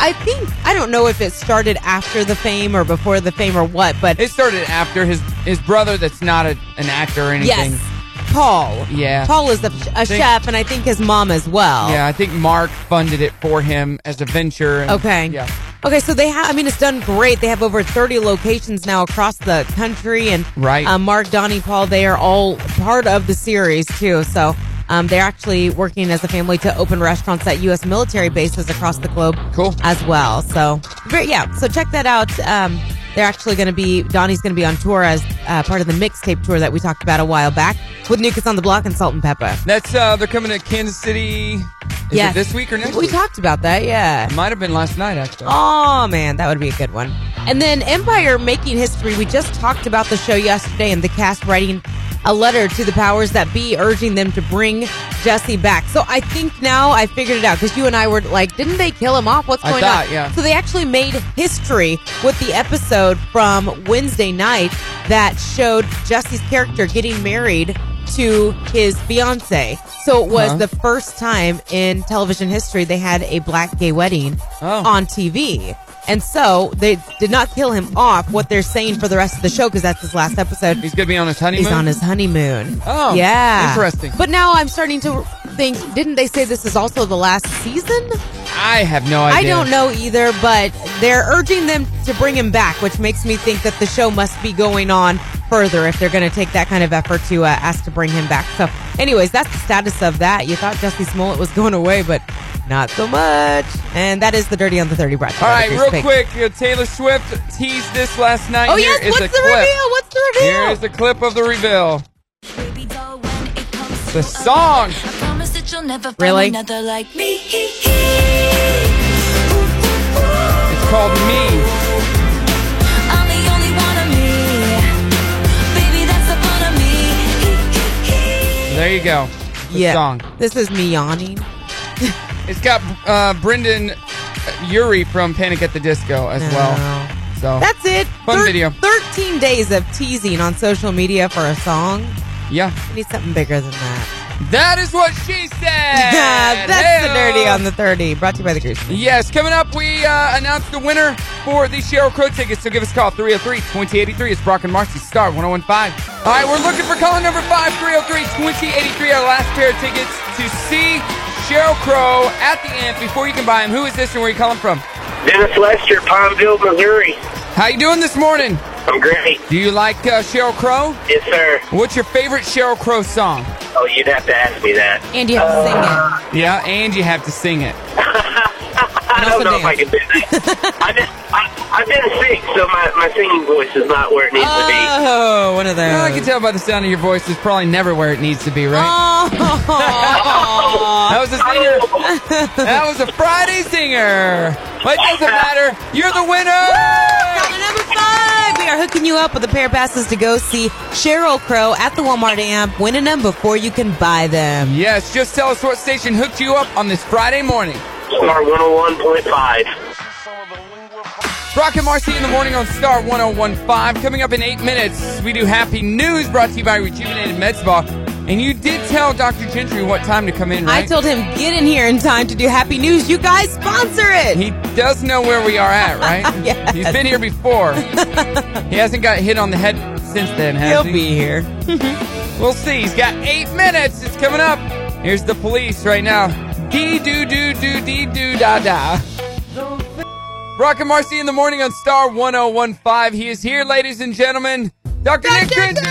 Speaker 2: I think I don't know if it started after the Fame or before the Fame or what, but
Speaker 1: it started after his his brother that's not a, an actor or anything
Speaker 2: Yes. Paul.
Speaker 1: Yeah.
Speaker 2: Paul is a, a
Speaker 1: Think-
Speaker 2: chef, and I think his mom as well.
Speaker 1: Yeah, I think Mark funded it for him as a venture. and-
Speaker 2: Okay.
Speaker 1: Yeah.
Speaker 2: Okay, so they have, I mean, it's done great. They have over 30 locations now across the country. And
Speaker 1: Right.
Speaker 2: uh, Mark, Donnie, Paul, they are all part of the series, too. So um, they're actually working as a family to open restaurants at U.S. military bases across the globe
Speaker 1: Cool.
Speaker 2: as well. So, great, yeah, so check that out. Um, they're actually going to be, Donnie's going to be on tour as uh, part of the mixtape tour that we talked about a while back with New Kids on the Block and Salt and Pepper.
Speaker 1: That's uh they're coming to Kansas City. Is
Speaker 2: Yes.
Speaker 1: it this week or next
Speaker 2: We
Speaker 1: week?
Speaker 2: talked about that, yeah.
Speaker 1: Might have been last night actually.
Speaker 2: Oh man, that would be a good one. And then Empire making history. We just talked about the show yesterday and the cast writing a letter to the powers that be urging them to bring Jesse back. So I think now I figured it out because you and I were like, didn't they kill him off? What's
Speaker 1: I
Speaker 2: going
Speaker 1: thought,
Speaker 2: on?
Speaker 1: yeah.
Speaker 2: So they actually made history with the episode from Wednesday night that showed Jesse's character getting married to his fiance. So it was
Speaker 1: Huh.
Speaker 2: the first time in television history they had a black gay wedding
Speaker 1: Oh.
Speaker 2: on TV. And so they did not kill him off. What they're saying for the rest of the show, because that's his last episode,
Speaker 1: He's gonna be on his honeymoon.
Speaker 2: he's on his honeymoon.
Speaker 1: Oh,
Speaker 2: yeah,
Speaker 1: interesting.
Speaker 2: But now I'm starting to think. Didn't they say this is also the last season?
Speaker 1: I have no idea.
Speaker 2: I don't know either, but they're urging them to bring him back, which makes me think that the show must be going on further if they're going to take that kind of effort to uh, ask to bring him back. So, anyways, that's the status of that. You thought Jesse Smollett was going away, but not so much. And that is the Dirty on the 30 broadcast.
Speaker 1: All right, real quick, uh, Taylor Swift teased this last night.
Speaker 2: Oh,
Speaker 1: Here
Speaker 2: yes.
Speaker 1: is
Speaker 2: What's the
Speaker 1: a clip.
Speaker 2: reveal? What's the reveal?
Speaker 1: Here is the clip of the reveal. The song.
Speaker 2: Really?
Speaker 4: Another like me.
Speaker 1: It's called Me.
Speaker 4: I'm the only one of me. Baby, that's the fun of me.
Speaker 1: There you go. The
Speaker 2: yeah.
Speaker 1: song.
Speaker 2: This is me yawning.
Speaker 1: It's got uh, Brendan Yuri from Panic at the Disco as well.
Speaker 2: No.
Speaker 1: So
Speaker 2: That's it.
Speaker 1: Fun video.
Speaker 2: 13 days of teasing on social media for a song.
Speaker 1: yeah,
Speaker 2: I need something bigger than that.
Speaker 1: that is what she said.
Speaker 2: That's the
Speaker 1: Hey-o.
Speaker 2: dirty on the 30, brought to you by the Grease.
Speaker 1: Yes, coming up, we uh, announce the winner for the Cheryl Crow tickets. So give us a call, 303 2083. It's Brock and Marcy, star 1015. All right, we're looking for caller number oh 5 303 2083, our last pair of tickets to see Cheryl Crow at the amp before you can buy them. Who is this and where are you calling from?
Speaker 7: Dennis Lester, Palmville, Missouri.
Speaker 1: How you doing this morning?
Speaker 7: I'm great.
Speaker 1: Do you like uh, Cheryl Crow?
Speaker 7: Yes, sir.
Speaker 1: What's your favorite Cheryl Crow song?
Speaker 7: Oh, you'd have to ask me that.
Speaker 2: And you have to sing
Speaker 1: Yeah, and you have to sing it.
Speaker 7: I don't
Speaker 2: also
Speaker 7: know if I can do that. I just, I, I've been sick, so my, my singing voice is not where it needs
Speaker 2: it. Oh, one of those.
Speaker 1: Well, I can tell by the sound of your voice, it's probably never where it needs to be, right?
Speaker 2: Oh.
Speaker 1: That was a singer.
Speaker 7: to be.
Speaker 1: That was a Friday singer. But it doesn't matter. You're the winner.
Speaker 2: Caller number five, we are hooking you up with a pair of passes to go see Cheryl Crow at the Walmart Amp, winning them before you can buy them.
Speaker 1: Yes, just tell us what station hooked you up on this Friday morning.
Speaker 7: Star 101.5.
Speaker 1: Brock and Marcy in the morning on Star 1015. Coming up in eight minutes, we do Happy News brought to you by Rejuvenated Med Spa. And you did tell Dr. Gentry what time to come in, right?
Speaker 2: I told him, get in here in time to do Happy News. You guys sponsor it.
Speaker 1: He does know where we are at, right?
Speaker 2: Yes.
Speaker 1: He's been here before. he hasn't got hit on the head since then, has
Speaker 2: He'll
Speaker 1: he?
Speaker 2: be here.
Speaker 1: We'll see. He's got eight minutes. It's coming up. Here's the police right now. Dee doo doo doo dee doo da da. Brock and Marcy in the morning on Star 1015. He is here, ladies and gentlemen. Dr. Nick Grinton.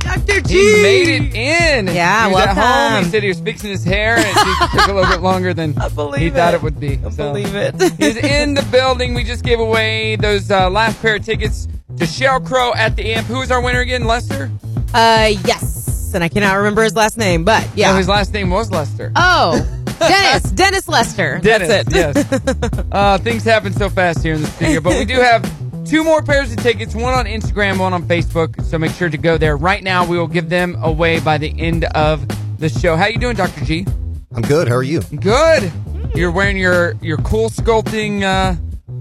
Speaker 2: Dr. G.
Speaker 1: He made it in.
Speaker 2: Yeah,
Speaker 1: he was At home.
Speaker 2: welcome.
Speaker 1: He said he was fixing his hair and it took a little bit longer than
Speaker 2: I believe
Speaker 1: he thought
Speaker 2: it.
Speaker 1: it would be.
Speaker 2: I
Speaker 1: So-
Speaker 2: believe it.
Speaker 1: is in the building. We just gave away those uh, last pair of tickets to Cheryl Crow at the Amp. Who is our winner again? Lester?
Speaker 2: Uh, yes. And I cannot remember his last name, but yeah.
Speaker 1: Oh, his last name was Lester.
Speaker 2: Oh, Dennis. Dennis Lester.
Speaker 1: Dennis,
Speaker 2: That's it.
Speaker 1: yes. Uh, things happen so fast here in the studio, but we do have two more pairs of tickets, one on Instagram, one on Facebook. So make sure to go there right now. We will give them away by the end of the show. How you doing, Dr. G?
Speaker 8: I'm good. How are you?
Speaker 1: Good.
Speaker 2: Hmm.
Speaker 1: You're wearing your your cool sculpting uh,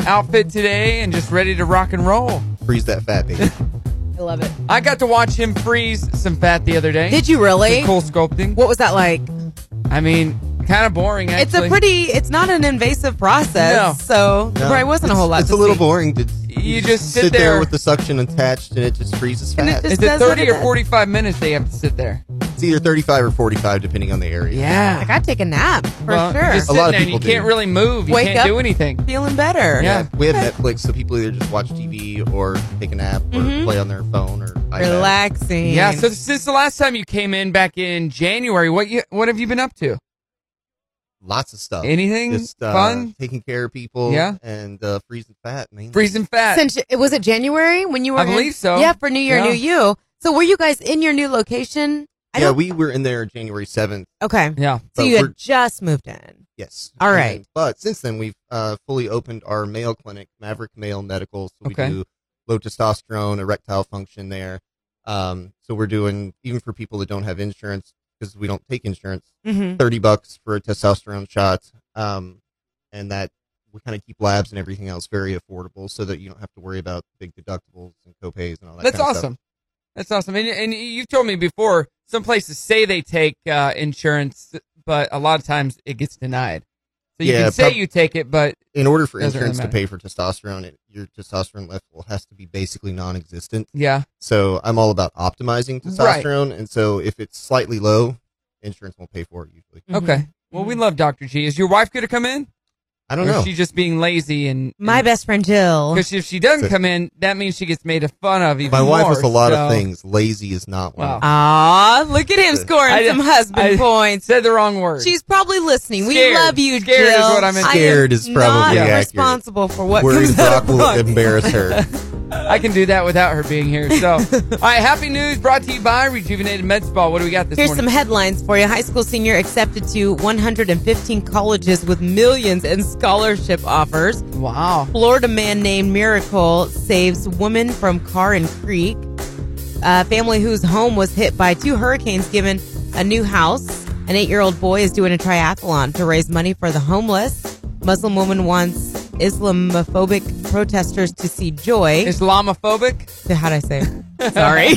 Speaker 1: outfit today and just ready to rock and roll.
Speaker 8: Freeze that fat baby.
Speaker 2: I love it.
Speaker 1: I got to watch him freeze some fat the other day.
Speaker 2: Did you really?
Speaker 1: Cool sculpting.
Speaker 2: What was that like?
Speaker 1: I mean, Kind of boring,
Speaker 2: It's
Speaker 1: actually.
Speaker 2: a pretty. It's not an invasive process, so
Speaker 8: No.
Speaker 2: there wasn't a
Speaker 8: It's-
Speaker 2: whole lot.
Speaker 8: It's
Speaker 2: to
Speaker 8: a little
Speaker 2: see.
Speaker 8: boring. To,
Speaker 1: You just sit
Speaker 8: sit there
Speaker 1: there.
Speaker 8: with the suction attached, and it just freezes
Speaker 2: And it
Speaker 8: fast.
Speaker 2: just-
Speaker 1: Is it
Speaker 2: Says what
Speaker 1: 30
Speaker 2: it
Speaker 1: or
Speaker 2: is.
Speaker 1: 45 minutes they have to sit there?
Speaker 8: it's either 35 or 45, depending on the area.
Speaker 2: Like I take a nap for
Speaker 1: Well, you're
Speaker 2: sure.
Speaker 1: Just
Speaker 8: A
Speaker 1: sitting
Speaker 8: lot of
Speaker 1: there and you
Speaker 8: people do.
Speaker 1: can't really move. You
Speaker 2: Wake
Speaker 1: can't
Speaker 2: up.
Speaker 1: do anything.
Speaker 2: Feeling better.
Speaker 1: Yeah.
Speaker 8: We have Netflix, so people either just watch TV or take a nap or
Speaker 2: Mm-hmm.
Speaker 8: play on their phone or iPad.
Speaker 2: Relaxing.
Speaker 1: Yeah. So since the last time you came in back in January, what you, what have you been up to?
Speaker 8: Lots of stuff.
Speaker 1: Anything
Speaker 8: Just, uh,
Speaker 1: fun?
Speaker 8: Taking care of people.
Speaker 1: Yeah.
Speaker 8: And uh, freezing fat, mainly.
Speaker 1: Freezing fat.
Speaker 2: since it was it January when you were
Speaker 1: I
Speaker 2: in-
Speaker 1: believe so.
Speaker 2: Yeah, for New Year,
Speaker 1: Yeah.
Speaker 2: New You. So were you guys in your new location? I
Speaker 8: yeah,
Speaker 2: don't-
Speaker 8: we were in there January 7th.
Speaker 2: okay.
Speaker 1: yeah.
Speaker 2: So
Speaker 8: but
Speaker 2: you
Speaker 8: we're-
Speaker 2: had just moved in.
Speaker 8: Yes.
Speaker 2: All
Speaker 8: And-
Speaker 2: right.
Speaker 8: but since then, we've uh, fully opened our male clinic, Maverick Male Medical. So we
Speaker 1: Okay.
Speaker 8: do low testosterone, erectile function there. Um, so we're doing, even for people that don't have insurance, because we don't take insurance,
Speaker 2: Mm-hmm.
Speaker 8: 30 bucks for a testosterone shot. Um, and that we kind of keep labs and everything else very affordable so that you don't have to worry about big deductibles and copays and all that
Speaker 1: That's
Speaker 8: kinda stuff.
Speaker 1: awesome. That's awesome. And, and you've told me before, some places say they take uh, insurance, but a lot of times it gets denied. So you
Speaker 8: Yeah,
Speaker 1: can say
Speaker 8: prob-
Speaker 1: you take it, but
Speaker 8: In order for
Speaker 1: Doesn't really
Speaker 8: insurance to
Speaker 1: matter.
Speaker 8: pay for testosterone, it, your testosterone level has to be basically non existent.
Speaker 1: yeah,
Speaker 8: So I'm all about optimizing
Speaker 1: Right.
Speaker 8: testosterone, and so if it's slightly low, insurance won't pay for it usually.
Speaker 2: Mm-hmm.
Speaker 1: okay. Well, we love Dr. G. Is your wife going to come in?
Speaker 8: I don't
Speaker 1: or
Speaker 8: know.
Speaker 1: is she just being lazy? And
Speaker 2: My best friend Jill.
Speaker 1: Because if she doesn't
Speaker 8: That's it.
Speaker 1: come in, that means she gets made fun of even
Speaker 8: My wife
Speaker 1: more,
Speaker 8: was a lot of
Speaker 1: so-
Speaker 8: things. Lazy is not one.
Speaker 1: Wow.
Speaker 2: Aw, look at him scoring
Speaker 1: I-
Speaker 2: some husband
Speaker 1: I-
Speaker 2: points.
Speaker 1: Said the wrong word.
Speaker 2: She's probably listening.
Speaker 1: Scared.
Speaker 2: We love you,
Speaker 1: Scared is
Speaker 2: Jill.
Speaker 1: what I meant.
Speaker 2: am
Speaker 8: Scared is probably
Speaker 2: not
Speaker 8: accurate.
Speaker 2: responsible for what
Speaker 8: Worried
Speaker 2: comes out of
Speaker 8: Brock will
Speaker 2: Brooke.
Speaker 8: embarrass her.
Speaker 1: I can do that without her being here. So, all right, happy news brought to you by Rejuvenated Med Spa. What do we got this
Speaker 2: Here's
Speaker 1: morning?
Speaker 2: some headlines for you. High school senior accepted to 115 colleges with millions in scholarship offers.
Speaker 1: wow.
Speaker 2: Florida man named Miracle saves woman from car in creek. A family whose home was hit by two hurricanes given a new house. An eight-year-old boy is doing a triathlon to raise money for the homeless. Muslim woman wants Islamophobic protesters to see joy.
Speaker 1: Islamophobic?
Speaker 2: How would I say? it? Sorry.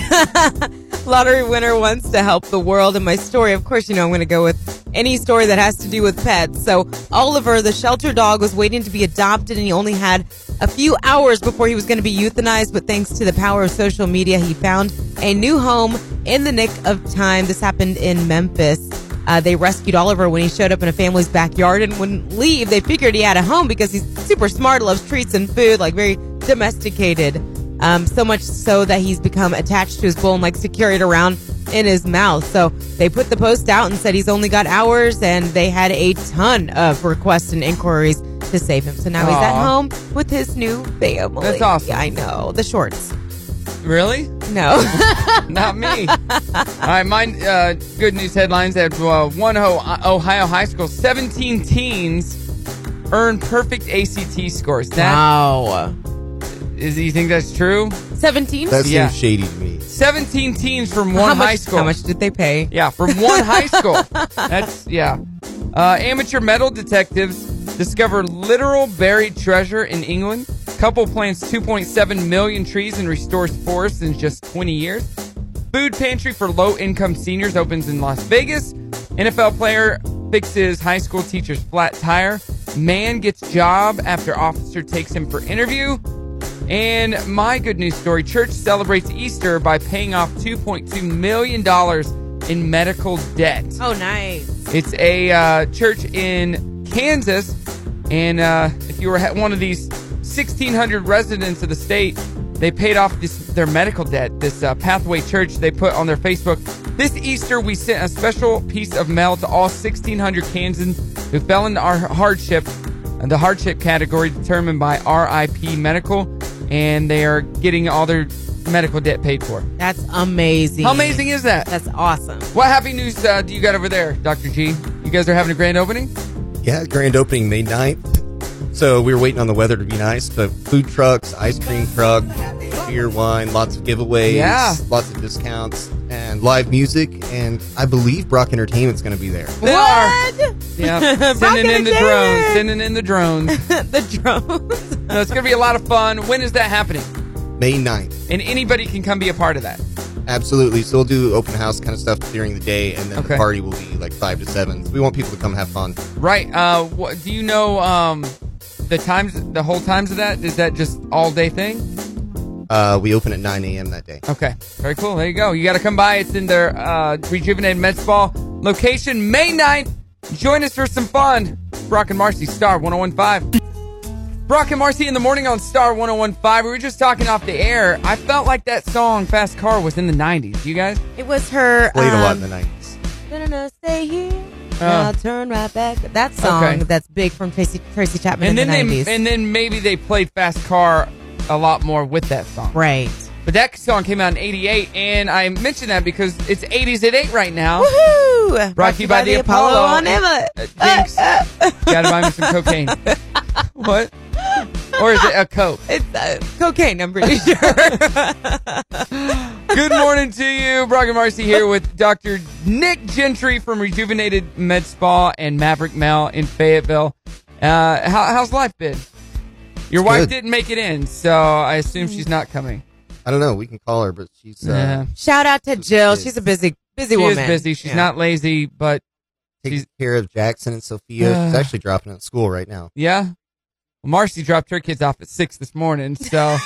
Speaker 2: Lottery winner wants to help the world. And my story, of course, you know I'm going to go with any story that has to do with pets. So Oliver, the shelter dog, was waiting to be adopted, and he only had a few hours before he was going to be euthanized. But thanks to the power of social media, he found a new home in the nick of time. This happened in Memphis. Uh, they rescued Oliver when he showed up in a family's backyard and wouldn't leave. They figured he had a home because he's super smart, loves treats and food, like very domesticated. Um, so much so that he's become attached to his bowl and likes to carry it around in his mouth. So they put the post out and said he's only got hours, and they had a ton of requests and inquiries to save him. So now he's at
Speaker 1: Aw.
Speaker 2: home with his new family.
Speaker 1: That's awesome.
Speaker 2: Yeah, I know. The shorts.
Speaker 1: Really?
Speaker 2: No.
Speaker 1: Not me. All right, my uh, good news headlines at uh, one Ho- Ohio high school: seventeen teens earn perfect ACT scores. That
Speaker 2: wow.
Speaker 1: is, you think that's true?
Speaker 2: 17?
Speaker 8: That seems
Speaker 1: Yeah.
Speaker 8: shady to me.
Speaker 1: Seventeen teens from one
Speaker 2: how much,
Speaker 1: high school.
Speaker 2: How much did they pay?
Speaker 1: Yeah, from one high school. That's yeah. Uh, amateur metal detectives discover literal buried treasure in England. Couple plants 2.7 million trees and restores forests in just 20 years. Food pantry for low-income seniors opens in Las Vegas. NFL player fixes high school teacher's flat tire. Man gets job after officer takes him for interview. And my good news story church celebrates Easter by paying off $2.2 million in medical debt.
Speaker 2: Oh, nice.
Speaker 1: It's a uh, church in Kansas. And uh, if you were ha- one of these 1,600 residents of the state, they paid off this, their medical debt. This uh, Pathway Church they put on their Facebook. This Easter, we sent a special piece of mail to all 1,600 Kansans who fell into our hardship, uh, the hardship category determined by RIP Medical, and they are getting all their medical debt paid for.
Speaker 2: That's amazing.
Speaker 1: How amazing is that?
Speaker 2: That's awesome.
Speaker 1: What happy news uh, do you got over there, Dr. G? You guys are having a grand opening?
Speaker 8: Yeah, grand opening May 9th. So we were waiting on the weather to be nice, but food trucks, ice cream truck, beer, wine, lots of giveaways,
Speaker 1: Yeah.
Speaker 8: lots of discounts, and live music. And I believe Brock Entertainment's going to be there.
Speaker 1: They
Speaker 2: what?
Speaker 1: Yeah,
Speaker 2: Rocket
Speaker 1: sending in the
Speaker 2: ship.
Speaker 1: drones, sending in the drones.
Speaker 2: the drones.
Speaker 1: No, it's going to be a lot of fun. When is that happening?
Speaker 8: May 9th.
Speaker 1: And anybody can come be a part of that.
Speaker 8: Absolutely. So we'll do open house kind of stuff during the day, and then
Speaker 1: Okay.
Speaker 8: the party will be like five to seven. We want people to come have fun.
Speaker 1: Right. Uh, what, do you know um, the times, the whole times of that? Is that just all day thing?
Speaker 8: Uh, we open at nine a.m. that day.
Speaker 1: Okay. Very cool. There you go. You got to come by. It's in their uh, Rejuvenated Med Spa location, May 9th. Join us for some fun. Brock and Marcy, Star 1015. Brock and Marcy in the morning on Star 1015. We were just talking off the air. I felt like that song, Fast Car, was in the 90s. You guys?
Speaker 2: It was her.
Speaker 8: Played a
Speaker 2: um,
Speaker 8: lot in the nineties.
Speaker 2: No, no, no, stay here. and
Speaker 1: Oh.
Speaker 2: I'll turn right back. That song
Speaker 1: Okay.
Speaker 2: that's big from Tracy Tracy Chapman
Speaker 1: And
Speaker 2: in
Speaker 1: then
Speaker 2: the 90s.
Speaker 1: they, and then maybe they played Fast Car a lot more with that song.
Speaker 2: right.
Speaker 1: But that song came out in 88, and I mention that because it's 80s at 8 right now.
Speaker 2: Woohoo! Brought,
Speaker 1: to you by the Apollo. uh,
Speaker 2: on Emma. Uh,
Speaker 1: Jinx, gotta buy me some cocaine. what? Or is it a Coke?
Speaker 2: It's uh, cocaine, I'm pretty sure.
Speaker 1: Good morning to you. Brock and Marcy here with Dr. Nick Gentry from Rejuvenated Med Spa and Maverick Mel in Fayetteville. Uh, how, how's life been? Your
Speaker 8: It's
Speaker 1: wife
Speaker 8: good.
Speaker 1: didn't make it in, so I assume she's not coming.
Speaker 8: I don't know. We can call her, but she's uh,
Speaker 1: Yeah.
Speaker 2: Shout out to Jill. She's a busy, busy
Speaker 1: She is
Speaker 2: woman.
Speaker 1: busy. She's
Speaker 2: Yeah.
Speaker 1: not lazy, but
Speaker 8: taking
Speaker 1: She's-
Speaker 8: care of Jackson and Sophia. she's
Speaker 1: Uh.
Speaker 8: actually dropping out of school right now.
Speaker 1: Yeah. Well, Marcy dropped her kids off at six this morning, so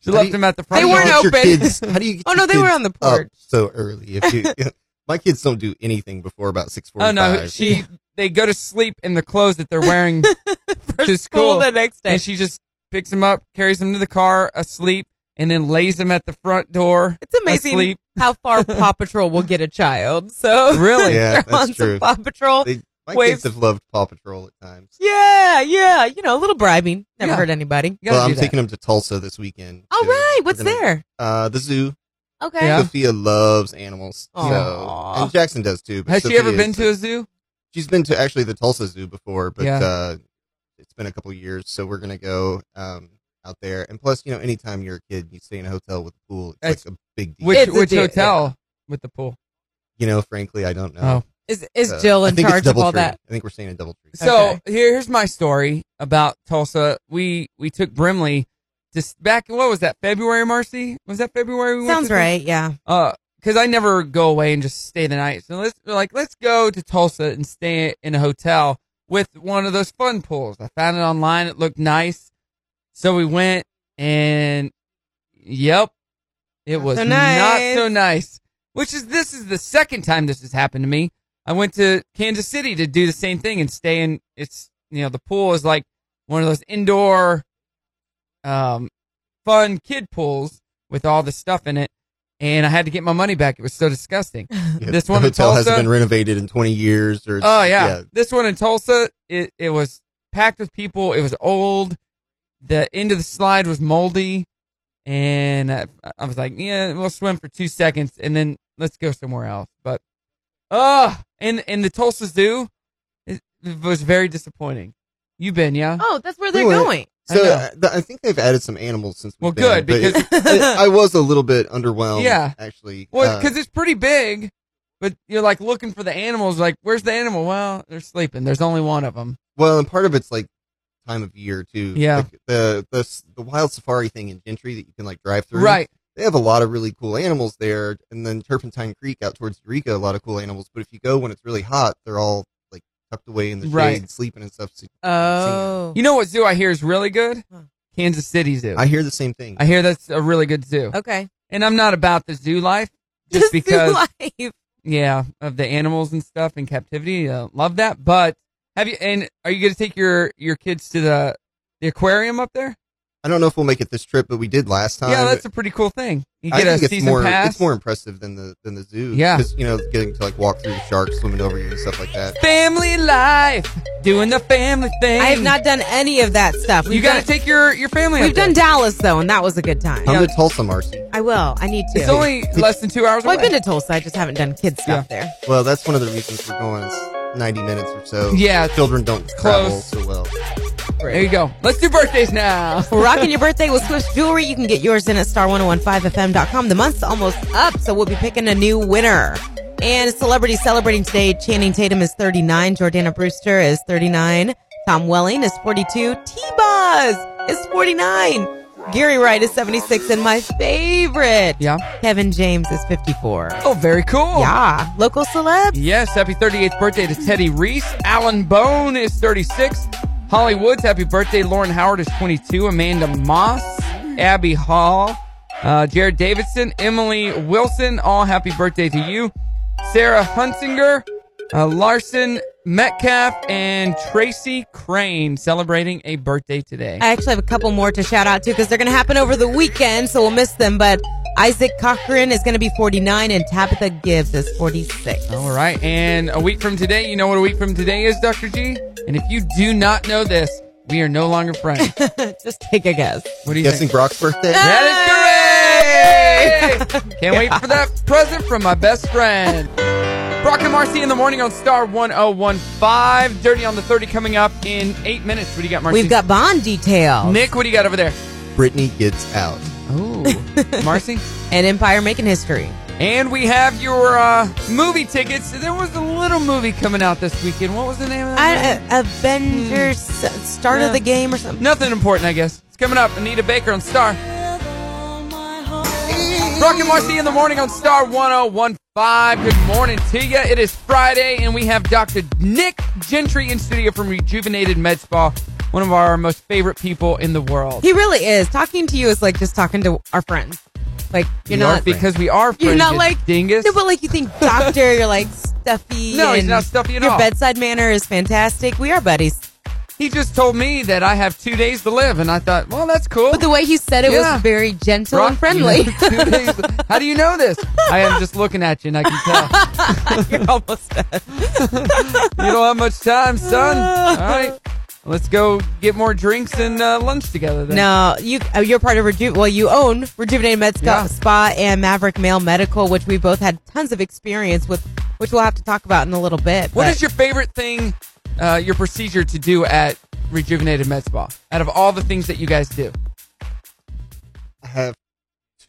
Speaker 1: she left them at the front.
Speaker 2: They weren't
Speaker 1: door.
Speaker 8: Get your
Speaker 2: open.
Speaker 8: kids- how do you? Get
Speaker 2: Oh,
Speaker 8: your
Speaker 2: no, they were
Speaker 8: kids
Speaker 2: on the
Speaker 8: up
Speaker 2: porch.
Speaker 8: so early. If you, my kids don't do anything before about six
Speaker 1: Oh
Speaker 8: forty-five.
Speaker 1: no, she. They go to sleep in the clothes that they're wearing to
Speaker 2: School
Speaker 1: school,
Speaker 2: the next day.
Speaker 1: and she just picks them up, carries them to the car asleep, and then lays them at the front door.
Speaker 2: it's amazing
Speaker 1: asleep.
Speaker 2: how far Paw Patrol will get a child. So
Speaker 1: Really?
Speaker 8: Yeah,
Speaker 2: they're on
Speaker 8: that's
Speaker 2: some
Speaker 8: true.
Speaker 2: Paw Patrol.
Speaker 8: They, my
Speaker 2: Waves.
Speaker 8: kids have loved Paw Patrol at times.
Speaker 2: yeah, yeah. You know, a little bribing. Never
Speaker 1: Yeah.
Speaker 2: hurt anybody.
Speaker 1: You gotta
Speaker 8: well,
Speaker 1: do
Speaker 8: I'm
Speaker 1: that.
Speaker 8: taking them to Tulsa this weekend.
Speaker 2: All
Speaker 8: They're-
Speaker 2: right.
Speaker 8: we're
Speaker 2: What's
Speaker 8: gonna-
Speaker 2: there?
Speaker 8: Uh, the zoo.
Speaker 2: Okay.
Speaker 1: Yeah.
Speaker 8: Sophia loves animals, so
Speaker 2: Aw.
Speaker 8: and Jackson does too. But
Speaker 1: Has she ever
Speaker 8: Sophia
Speaker 1: been
Speaker 8: is-
Speaker 1: to a zoo?
Speaker 8: She's been to actually the Tulsa Zoo before, but
Speaker 1: Yeah.
Speaker 8: uh, it's been a couple years, so we're gonna go um, out there. And plus, you know, anytime you're a kid, and you stay in a hotel with a pool. It's
Speaker 1: That's-
Speaker 8: like a big deal.
Speaker 1: Which
Speaker 2: It's a
Speaker 1: which
Speaker 2: zoo,
Speaker 1: hotel with the pool?
Speaker 8: you know, frankly, I don't know.
Speaker 1: Oh.
Speaker 2: Is is
Speaker 8: Uh,
Speaker 2: Jill
Speaker 8: I
Speaker 2: in
Speaker 8: think it's
Speaker 2: charge of all
Speaker 8: Doubletree.
Speaker 2: that?
Speaker 8: I think we're staying in Doubletree.
Speaker 1: So
Speaker 2: Okay.
Speaker 1: here, here's my story about Tulsa. We we took Brimley just back. What was that? February, Marcy? Was that February? We went
Speaker 2: Sounds
Speaker 1: to Tulsa?
Speaker 2: right. Yeah.
Speaker 1: Uh, because I never go away and just stay the night. So let's we're like let's go to Tulsa and stay in a hotel with one of those fun pools. I found it online. It looked nice, so we went and yep, it
Speaker 2: Not
Speaker 1: was
Speaker 2: so
Speaker 1: not
Speaker 2: nice.
Speaker 1: so nice. Which is this is the second time this has happened to me. I went to Kansas City to do the same thing and stay in. It's you know the pool is like one of those indoor, um, fun kid pools with all the stuff in it, and I had to get my money back. It was so disgusting.
Speaker 8: Yeah,
Speaker 1: This
Speaker 8: the
Speaker 1: one in
Speaker 8: hotel hasn't
Speaker 1: Tulsa?
Speaker 8: been renovated in 20 years. Or
Speaker 1: Oh yeah. this one in Tulsa, it it was packed with people. It was old. The end of the slide was moldy, and I, I was like, "Yeah, we'll swim for two seconds and then let's go somewhere else." But uh and and the Tulsa Zoo it, it was very disappointing. You've been, yeah?
Speaker 2: Oh, that's where
Speaker 8: We
Speaker 2: they're
Speaker 8: went.
Speaker 2: going.
Speaker 1: I
Speaker 8: So
Speaker 1: know.
Speaker 8: I, th- I think they've added some animals since. We've
Speaker 1: Well, good,
Speaker 8: been, but it-
Speaker 1: because-
Speaker 8: I I was a little bit underwhelmed.
Speaker 1: Yeah.
Speaker 8: actually.
Speaker 1: Well,
Speaker 8: Uh,
Speaker 1: because it's pretty big, but you're like looking for the animals. Like, where's the animal? Well, they're sleeping. There's only one of them.
Speaker 8: well, and part of it's like time of year too.
Speaker 1: Yeah.
Speaker 8: Like, the the s- the wild safari thing in Gentry that you can like drive through.
Speaker 1: Right.
Speaker 8: They have a lot of really cool animals there, and then Turpentine Creek out towards Eureka, a lot of cool animals. But if you go when it's really hot, they're all like tucked away in the shade,
Speaker 1: Right.
Speaker 8: sleeping and stuff. So
Speaker 2: Oh.
Speaker 1: You know what zoo I hear is really good?
Speaker 2: Huh.
Speaker 1: Kansas City Zoo.
Speaker 8: I hear the same thing.
Speaker 1: I hear that's a really good zoo.
Speaker 2: okay.
Speaker 1: And I'm not about the zoo life just,
Speaker 2: do
Speaker 1: because,
Speaker 2: life.
Speaker 1: yeah, of the animals and stuff in captivity. Uh, love that. But have you, and are you going to take your, your kids to the, the aquarium up there?
Speaker 8: I don't know if we'll make it this trip, but we did last time.
Speaker 1: yeah, that's a pretty cool thing. You
Speaker 8: Uh, I
Speaker 1: get a
Speaker 8: think it's
Speaker 1: season
Speaker 8: more
Speaker 1: pass.
Speaker 8: it's more impressive than the than the zoo.
Speaker 1: Yeah.
Speaker 8: because you know getting to like walk through the sharks swimming over you and stuff like that.
Speaker 1: family life, doing the family thing.
Speaker 2: I have not done any of that stuff.
Speaker 1: You
Speaker 2: We've
Speaker 1: got to
Speaker 2: done-
Speaker 1: take your, your family
Speaker 2: We've
Speaker 1: up there.
Speaker 2: done Dallas though, and that was a good time.
Speaker 8: Come to Tulsa, Marcy.
Speaker 2: I will. I need to.
Speaker 1: It's only less than two hours
Speaker 2: well, I've
Speaker 1: away.
Speaker 2: been to Tulsa. I just haven't done kids stuff there.
Speaker 8: Well, that's one of the reasons we're going is ninety minutes or so.
Speaker 1: Yeah.
Speaker 8: children don't travel so well.
Speaker 1: there you go. Let's do birthdays now.
Speaker 2: We're rocking your birthday with Swift's Jewelry. You can get yours in at star1015fm.com. The month's almost up, so we'll be picking a new winner. And celebrities celebrating today Channing Tatum is 39, Jordana Brewster is 39, Tom Welling is 42, T Buzz is 49, Gary Wright is 76, and my favorite,
Speaker 1: Yeah.
Speaker 2: Kevin James, is 54.
Speaker 1: Oh, very cool.
Speaker 2: Yeah, local celebs.
Speaker 1: Yes, happy 38th birthday to Teddy Reese. Alan Bone is 36. Holly Woods, happy birthday. Lauren Howard is 22. Amanda Moss, Abby Hall, uh, Jared Davidson, Emily Wilson, all happy birthday to you. Sarah Hunsinger, uh, Larson Metcalf, and Tracy Crane celebrating a birthday today.
Speaker 2: I actually have a couple more to shout out to because they're going to happen over the weekend, so we'll miss them. But Isaac Cochran is going to be 49, and Tabitha Gibbs is 46.
Speaker 1: All right. And a week from today, you know what a week from today is, Dr. G? And if you do not know this, we are no longer friends.
Speaker 2: Just take a guess.
Speaker 1: What do you think?
Speaker 8: Guessing Brock's birthday?
Speaker 1: Eh. That is correct! Can't wait for that present from my best friend. Brock and Marcy in the morning on Star 1015. Dirty on the 30 coming up in eight minutes. What do you got, Marcy?
Speaker 2: We've got bond details
Speaker 1: Nick, what do you got over there?
Speaker 8: Brittany gets out.
Speaker 1: Oh, Marcy?
Speaker 2: and Empire making history.
Speaker 1: And we have your uh, movie tickets. There was a little movie coming out this weekend. What was the name of that? movie?
Speaker 2: I, uh, Avengers start
Speaker 1: Hmm. Yeah.
Speaker 2: of the game or something.
Speaker 1: Nothing important, I guess. It's coming up. Anita Baker on Star. Rock and Marcy in the morning on Star 1015. Good morning to you. It is Friday, and we have Dr. Nick Gentry in studio from Rejuvenated Med Spa, one of our most favorite people in the world.
Speaker 2: He really is. Talking to you is like just talking to our friends. Like you're
Speaker 1: We are-
Speaker 2: not
Speaker 1: because we are friends.
Speaker 2: you're not
Speaker 1: you
Speaker 2: like
Speaker 1: dingus.
Speaker 2: No, but like you think doctor, you're like stuffy.
Speaker 1: No, he's
Speaker 2: and
Speaker 1: not stuffy at
Speaker 2: Your
Speaker 1: all.
Speaker 2: bedside manner is fantastic. We are buddies.
Speaker 1: he just told me that I have two days to live, and I thought, well, that's cool.
Speaker 2: But the way he said it
Speaker 1: Yeah.
Speaker 2: was very gentle
Speaker 1: Rock,
Speaker 2: and friendly.
Speaker 1: two days- How do you know this? I am just looking at you, and I can tell.
Speaker 2: you're almost dead.
Speaker 1: You don't have much time, son. All right. Let's go get more drinks and uh, lunch together then.
Speaker 2: No, you uh, you're part of Reju. Well, you own Rejuvenated Med Spa,
Speaker 1: Yeah.
Speaker 2: Spa and Maverick Male Medical, which we both had tons of experience with, which we'll have to talk about in a little bit.
Speaker 1: What
Speaker 2: but-
Speaker 1: is your favorite thing, uh, your procedure to do at Rejuvenated Med Spa? Out of all the things that you guys do,
Speaker 8: I have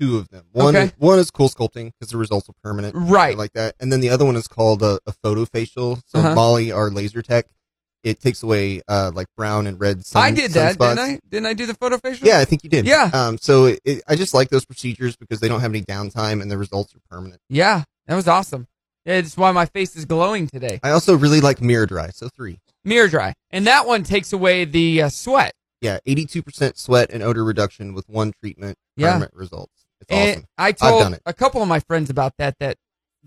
Speaker 8: two of them. One,
Speaker 1: Okay.
Speaker 8: one is cool sculpting because the results are permanent,
Speaker 1: Right.
Speaker 8: Like that. And then the other one is called a, a photo facial. So
Speaker 1: Uh-huh.
Speaker 8: Molly, our laser tech, it takes away uh, like brown and red. Sun,
Speaker 1: I did that,
Speaker 8: sunspots.
Speaker 1: didn't I? Didn't I do the photo facial?
Speaker 8: Yeah, I think you did.
Speaker 1: Yeah.
Speaker 8: Um. So it, it, I just like those procedures because they don't have any downtime and the results are permanent.
Speaker 1: yeah, that was awesome. Yeah, It's why my face is glowing today.
Speaker 8: I also really like mirror dry. So three.
Speaker 1: Mirror dry, and that one takes away the uh, sweat.
Speaker 8: Yeah, eighty-two percent sweat and odor reduction with one treatment.
Speaker 1: Yeah.
Speaker 8: Permanent results. It's
Speaker 1: And
Speaker 8: awesome.
Speaker 1: I told
Speaker 8: done it.
Speaker 1: a couple of my friends about that that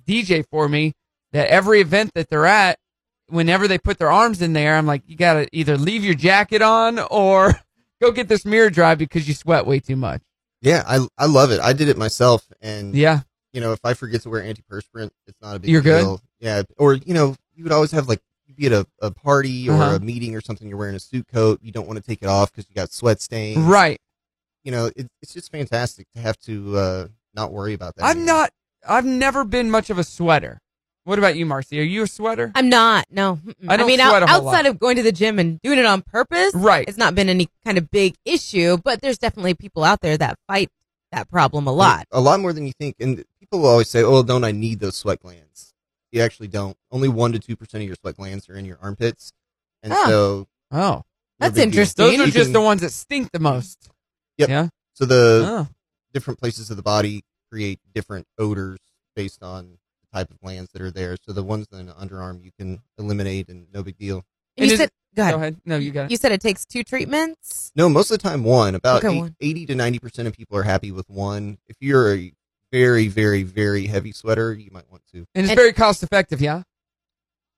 Speaker 1: DJ for me that every event that they're at, whenever they put their arms in there, I'm like, you gotta either leave your jacket on or go get this mirror dry because you sweat way too much.
Speaker 8: Yeah, I I love it. I did it myself, and
Speaker 1: Yeah.
Speaker 8: you know, if I forget to wear antiperspirant, it's not a big
Speaker 1: You're good?
Speaker 8: deal. Yeah. Or, you know, you would always have like, you'd be at a, a party or
Speaker 1: Uh-huh.
Speaker 8: a meeting or something, you're wearing a suit coat, you don't want to take it off because you got sweat stains.
Speaker 1: Right.
Speaker 8: You know, it, it's just fantastic to have to uh, not worry about that.
Speaker 1: I'm
Speaker 8: anymore.
Speaker 1: not I've never been much of a sweater. What about you, Marcy? Are you a sweater?
Speaker 2: I'm not. No, Mm-mm.
Speaker 1: I don't
Speaker 2: mean,
Speaker 1: sweat a whole
Speaker 2: outside
Speaker 1: lot.
Speaker 2: of going to the gym and doing it on purpose,
Speaker 1: Right.
Speaker 2: It's not been any kind of big issue, but there's definitely people out there that fight that problem a lot.
Speaker 8: A lot more than you think. And people always say, oh, don't I need those sweat glands? You actually don't. Only 1% to 2% of your sweat glands are in your armpits. And
Speaker 2: Huh.
Speaker 8: so. no
Speaker 1: Oh.
Speaker 2: That's
Speaker 8: big deal.
Speaker 2: interesting.
Speaker 1: Those
Speaker 8: You
Speaker 1: are just
Speaker 8: can-
Speaker 1: the ones that stink the most.
Speaker 8: Yep.
Speaker 1: Yeah.
Speaker 8: So the
Speaker 1: Oh.
Speaker 8: different places of the body create different odors based on the type of glands that are there. So the ones in the underarm you can eliminate and no big deal.
Speaker 2: And
Speaker 1: And
Speaker 2: you
Speaker 1: is
Speaker 2: said, go ahead.
Speaker 1: Go ahead. No, you got it.
Speaker 2: You said it takes two treatments.
Speaker 8: No, most of the time one. About
Speaker 2: Okay,
Speaker 8: eight-
Speaker 2: one.
Speaker 8: 80 to 90% of people are happy with one. If you're a very, very, very heavy sweater, you might want to.
Speaker 1: And it's
Speaker 2: And-
Speaker 1: very cost effective, yeah?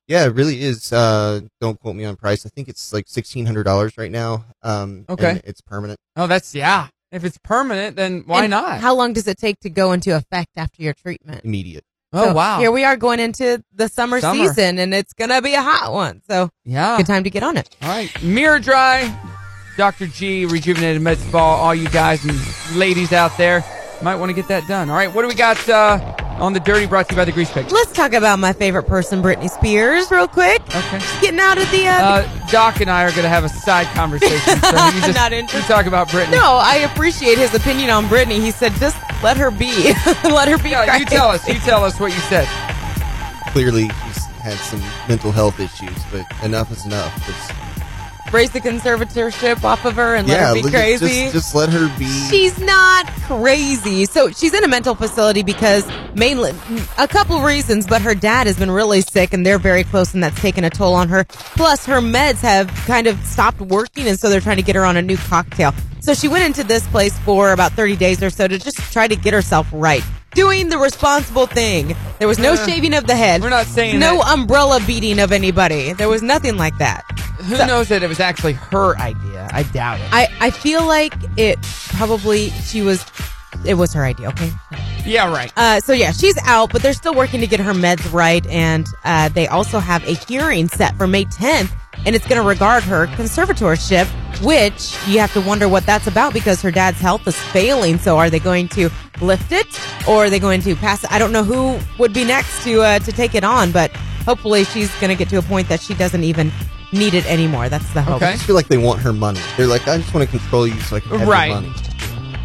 Speaker 8: Yeah, it really is. Uh, don't quote me on price. I think it's like $1,600 right now. Um,
Speaker 1: Okay.
Speaker 8: and it's permanent.
Speaker 1: Oh, that's yeah. If it's permanent, then why
Speaker 2: And
Speaker 1: not?
Speaker 2: How long does it take to go into effect after your treatment?
Speaker 8: Immediate.
Speaker 1: oh
Speaker 2: So
Speaker 1: wow.
Speaker 2: Here we are going into the summer,
Speaker 1: Summer.
Speaker 2: season, and it's gonna be a hot one. So
Speaker 1: yeah.
Speaker 2: good time to get on it.
Speaker 1: All right, Mirror Dry, Dr. G, Rejuvenated Med Spa, all you guys and ladies out there might want to get that done. All right, what do we got uh, on the dirty brought to you by the Grease Pig?
Speaker 2: Let's talk about my favorite person, Britney Spears, real quick.
Speaker 1: Okay.
Speaker 2: She's getting out of the uh,
Speaker 1: Uh, Doc and I are going to have a side conversation. So you just
Speaker 2: Not
Speaker 1: you
Speaker 2: interested.
Speaker 1: talk about Brittany.
Speaker 2: No, I appreciate his opinion on Britney. He said, just let her be. let her be.
Speaker 1: Yeah, you
Speaker 2: crazy.
Speaker 1: tell us. You tell us what you said.
Speaker 8: Clearly, she's had some mental health issues, but enough is enough. It's
Speaker 2: raise the conservatorship off of her and let
Speaker 8: yeah,
Speaker 2: her be
Speaker 8: look at-
Speaker 2: crazy.
Speaker 8: Just, just let her be.
Speaker 2: She's not crazy. So she's in a mental facility because mainly a couple reasons, but her dad has been really sick and they're very close and that's taken a toll on her. Plus her meds have kind of stopped working and so they're trying to get her on a new cocktail. So she went into this place for about 30 days or so to just try to get herself right. Doing the responsible thing. There was no
Speaker 1: Uh,
Speaker 2: shaving of the head.
Speaker 1: we're not saying
Speaker 2: no
Speaker 1: that.
Speaker 2: umbrella beating of anybody. There was nothing like that.
Speaker 1: Who knows that it was actually her idea? I doubt it.
Speaker 2: I, I feel like it probably she was it was her idea, okay?
Speaker 1: yeah, right.
Speaker 2: Uh, so yeah, she's out, but they're still working to get her meds right, and uh, they also have a hearing set for May 10th, and it's going to regard her conservatorship, which you have to wonder what that's about because her dad's health is failing. So are they going to lift it, or are they going to pass it? I don't know who would be next to uh, to take it on, but hopefully she's going to get to a point that she doesn't even need it anymore. That's the hope.
Speaker 8: I just feel like they want her money. They're like, I just want to control you so I can have
Speaker 1: Right.
Speaker 8: your money.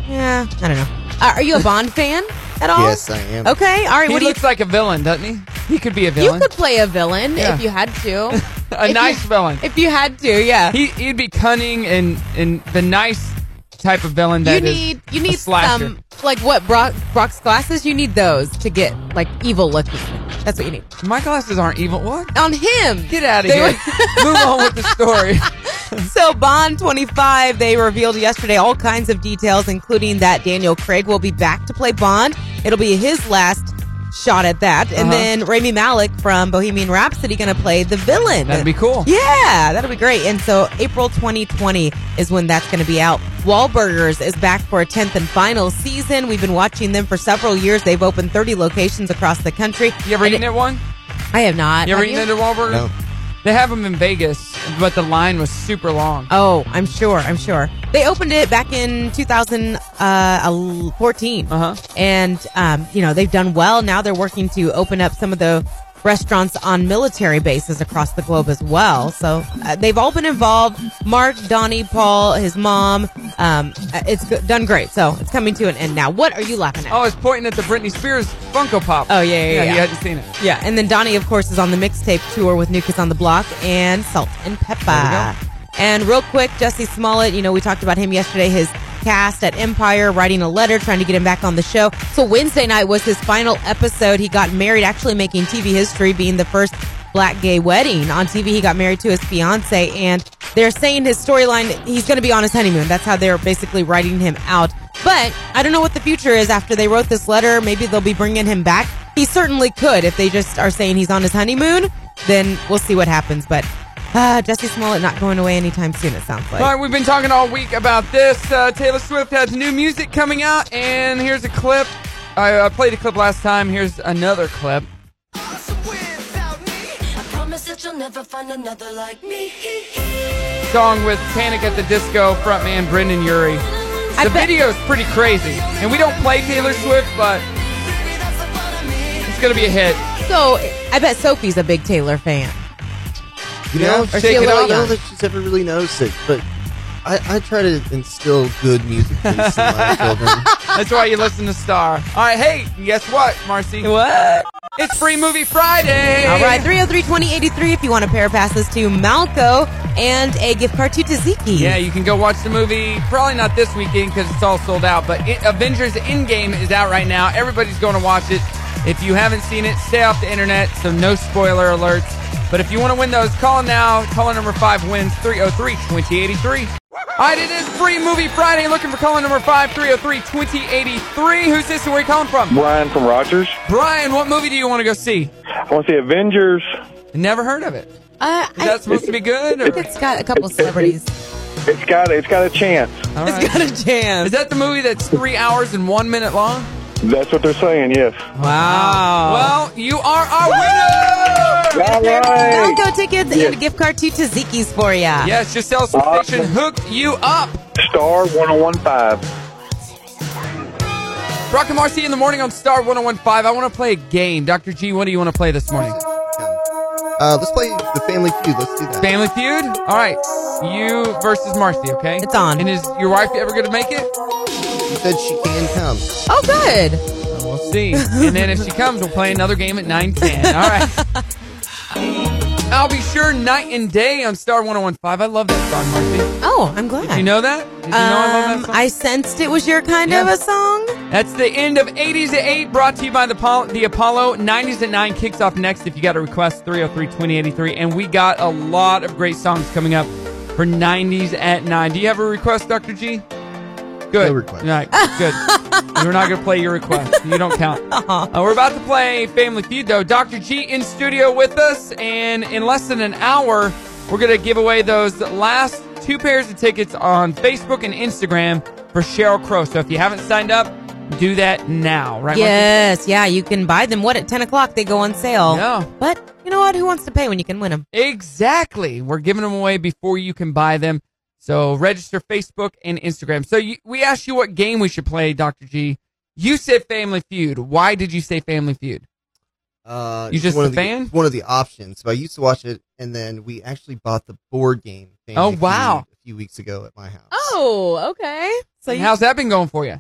Speaker 2: Yeah, I don't know. Uh, are you a Bond fan at all?
Speaker 8: Yes, I am.
Speaker 2: Okay, all right.
Speaker 1: he
Speaker 2: what do you
Speaker 1: looks like a villain, doesn't he? He could be a
Speaker 2: You
Speaker 1: villain.
Speaker 2: could play a villain
Speaker 1: Yeah.
Speaker 2: if you had to.
Speaker 1: A
Speaker 2: If you-
Speaker 1: nice villain.
Speaker 2: If you had to, yeah.
Speaker 1: He, he'd be cunning and, and the nice type of villain
Speaker 2: you
Speaker 1: that is
Speaker 2: need you
Speaker 1: a
Speaker 2: need
Speaker 1: slasher.
Speaker 2: some like what Brock, Brock's glasses. You need those to get like evil looking. That's what you need
Speaker 1: My glasses aren't evil. What?
Speaker 2: on him.
Speaker 1: Get out of
Speaker 2: They
Speaker 1: here. Move on with the story.
Speaker 2: So Bond 25, they revealed yesterday all kinds of details, including that Daniel Craig will be back to play Bond. It'll be his last shot at that. And
Speaker 1: Uh-huh.
Speaker 2: then Rami Malik from Bohemian Rhapsody going to play the villain.
Speaker 1: That'd be cool.
Speaker 2: Yeah, that'll be great. And so April 2020 is when that's going to be out. Wahlburgers is back for a 10th and final season. We've been watching them for several years. They've opened 30 locations across the country.
Speaker 1: You ever
Speaker 2: And
Speaker 1: eaten at one?
Speaker 2: I have not.
Speaker 1: You ever
Speaker 2: Have
Speaker 1: eaten at a Wahlburger?
Speaker 8: No.
Speaker 1: They have them in Vegas, but the line was super long.
Speaker 2: Oh, I'm sure. I'm sure. They opened it back in 2014.
Speaker 1: Uh-huh.
Speaker 2: And, um, you know, they've done well. Now they're working to open up some of the restaurants on military bases across the globe as well. So uh, they've all been involved. Mark, Donnie, Paul, his mom. Um, uh, it's go- done great. So it's coming to an end now. What are you laughing at?
Speaker 1: I was pointing at the Britney Spears Funko Pop.
Speaker 2: Oh, yeah, yeah,
Speaker 1: you
Speaker 2: yeah.
Speaker 1: hadn't seen it.
Speaker 2: Yeah, and then Donnie, of course, is on the mixtape tour with Nuke is on the Block and Salt and Peppa. And real quick, Jesse Smollett, you know, we talked about him yesterday, his cast at Empire, writing a letter, trying to get him back on the show. So Wednesday night was his final episode. He got married, actually making TV history, being the first black gay wedding on TV. He got married to his fiance, and they're saying his storyline, he's going to be on his honeymoon. That's how they're basically writing him out. But I don't know what the future is after they wrote this letter. Maybe they'll be bringing him back. He certainly could. If they just are saying he's on his honeymoon, then we'll see what happens. But uh, Jesse Smollett not going away anytime soon, it sounds like.
Speaker 1: All right, we've been talking all week about this. Uh, Taylor Swift has new music coming out, and here's a clip. I, I played a clip last time. Here's another clip.
Speaker 4: I promise that you'll never find another like me.
Speaker 1: Song with Panic at the Disco frontman Brendan Urie.
Speaker 2: I
Speaker 1: The
Speaker 2: bet-
Speaker 1: video's pretty crazy, and we don't play Taylor Swift, but
Speaker 4: Baby, that's the fun of me.
Speaker 1: it's gonna be a hit.
Speaker 2: So I bet Sophie's a big Taylor fan.
Speaker 8: You
Speaker 1: Yeah,
Speaker 8: know,
Speaker 1: or
Speaker 8: I
Speaker 1: shake it
Speaker 8: don't
Speaker 1: off.
Speaker 8: know that she's ever really noticed it, but I, I try to instill good music tastes in my children.
Speaker 1: That's why you listen to Star. All right, hey, guess what, Marcy?
Speaker 2: What?
Speaker 1: It's Free Movie Friday.
Speaker 2: All right, 303 2083 if you want a pair of passes to Malco and a gift card to Tzatziki.
Speaker 1: Yeah, you can go watch the movie. Probably not this weekend because it's all sold out. But it, Avengers Endgame is out right now. Everybody's going to watch it. If you haven't seen it, stay off the internet. So no spoiler alerts. But if you want to win those, call now. Caller number five wins 303 2083. All right, it is Free Movie Friday. Looking for caller number five, 303 2083. Who's this and where you calling from?
Speaker 9: Brian from Rogers.
Speaker 1: Brian, what movie do you want to go see?
Speaker 9: I want to see Avengers.
Speaker 1: Never heard of it. Is
Speaker 2: Uh, I
Speaker 1: that supposed to be good? Or?
Speaker 2: think it's got a couple celebrities.
Speaker 9: It's got it's got a chance.
Speaker 1: All
Speaker 2: It's
Speaker 1: right.
Speaker 2: got a jam.
Speaker 1: Is that the movie that's three hours and one minute long?
Speaker 9: That's what they're saying. Yes.
Speaker 2: wow.
Speaker 1: Well, you are our winner!
Speaker 9: All right.
Speaker 2: Malco tickets and a gift card to Tzatziki's for you.
Speaker 1: Yes, Giselle Station hooked you up.
Speaker 9: Star one zero one five.
Speaker 1: Brock and Marcy in the morning on Star 1015. I want to play a game. Dr. G, what do you want to play this morning?
Speaker 8: Uh, let's play the Family Feud. Let's do that.
Speaker 1: Family feud? All right. You versus Marcy, okay?
Speaker 2: It's on.
Speaker 1: And is your wife ever going to make it?
Speaker 8: She said she can come.
Speaker 2: Oh, good.
Speaker 1: We'll see. and then if she comes, we'll play another game at 910. All right. I'll be sure night and day on Star 1015. I love that song, Marcy.
Speaker 2: Oh, I'm glad.
Speaker 1: Did you know that? Did you know I love
Speaker 2: Um,
Speaker 1: that song?
Speaker 2: I sensed it was your kind
Speaker 1: Yeah.
Speaker 2: of a song.
Speaker 1: That's the end of 80s at 8, brought to you by the, Apollo, the Apollo. 90s at 9 kicks off next if you got a request, 303 2083. And we got a lot of great songs coming up for 90s at 9. Do you have a request, Dr. G? Good.
Speaker 8: No request.
Speaker 1: All right, good. We're not going to play your request. You don't count. Uh, we're about to play Family Feud, though. Dr. G in studio with us, and in less than an hour, we're going to give away those last two pairs of tickets on Facebook and Instagram for Cheryl Crow. So if you haven't signed up, do that now, right?
Speaker 2: Yes, yeah, you can buy them. What at ten o'clock they go on sale?
Speaker 1: Yeah.
Speaker 2: but you know what? Who wants to pay when you can win them?
Speaker 1: Marcy? Exactly. We're giving them away before you can buy them. So register Facebook and Instagram. So you, we asked you what game we should play, Dr. G. You said Family Feud. Why did you say Family Feud?
Speaker 8: Uh,
Speaker 1: You
Speaker 8: it's
Speaker 1: just
Speaker 8: one
Speaker 1: a
Speaker 8: of the,
Speaker 1: fan?
Speaker 8: it's One of the options. But I used to watch it, and then we actually bought the board game. Family
Speaker 1: Oh, wow.
Speaker 8: Feud A few weeks ago at my house.
Speaker 2: Oh, okay. So
Speaker 1: And how's that been going for you?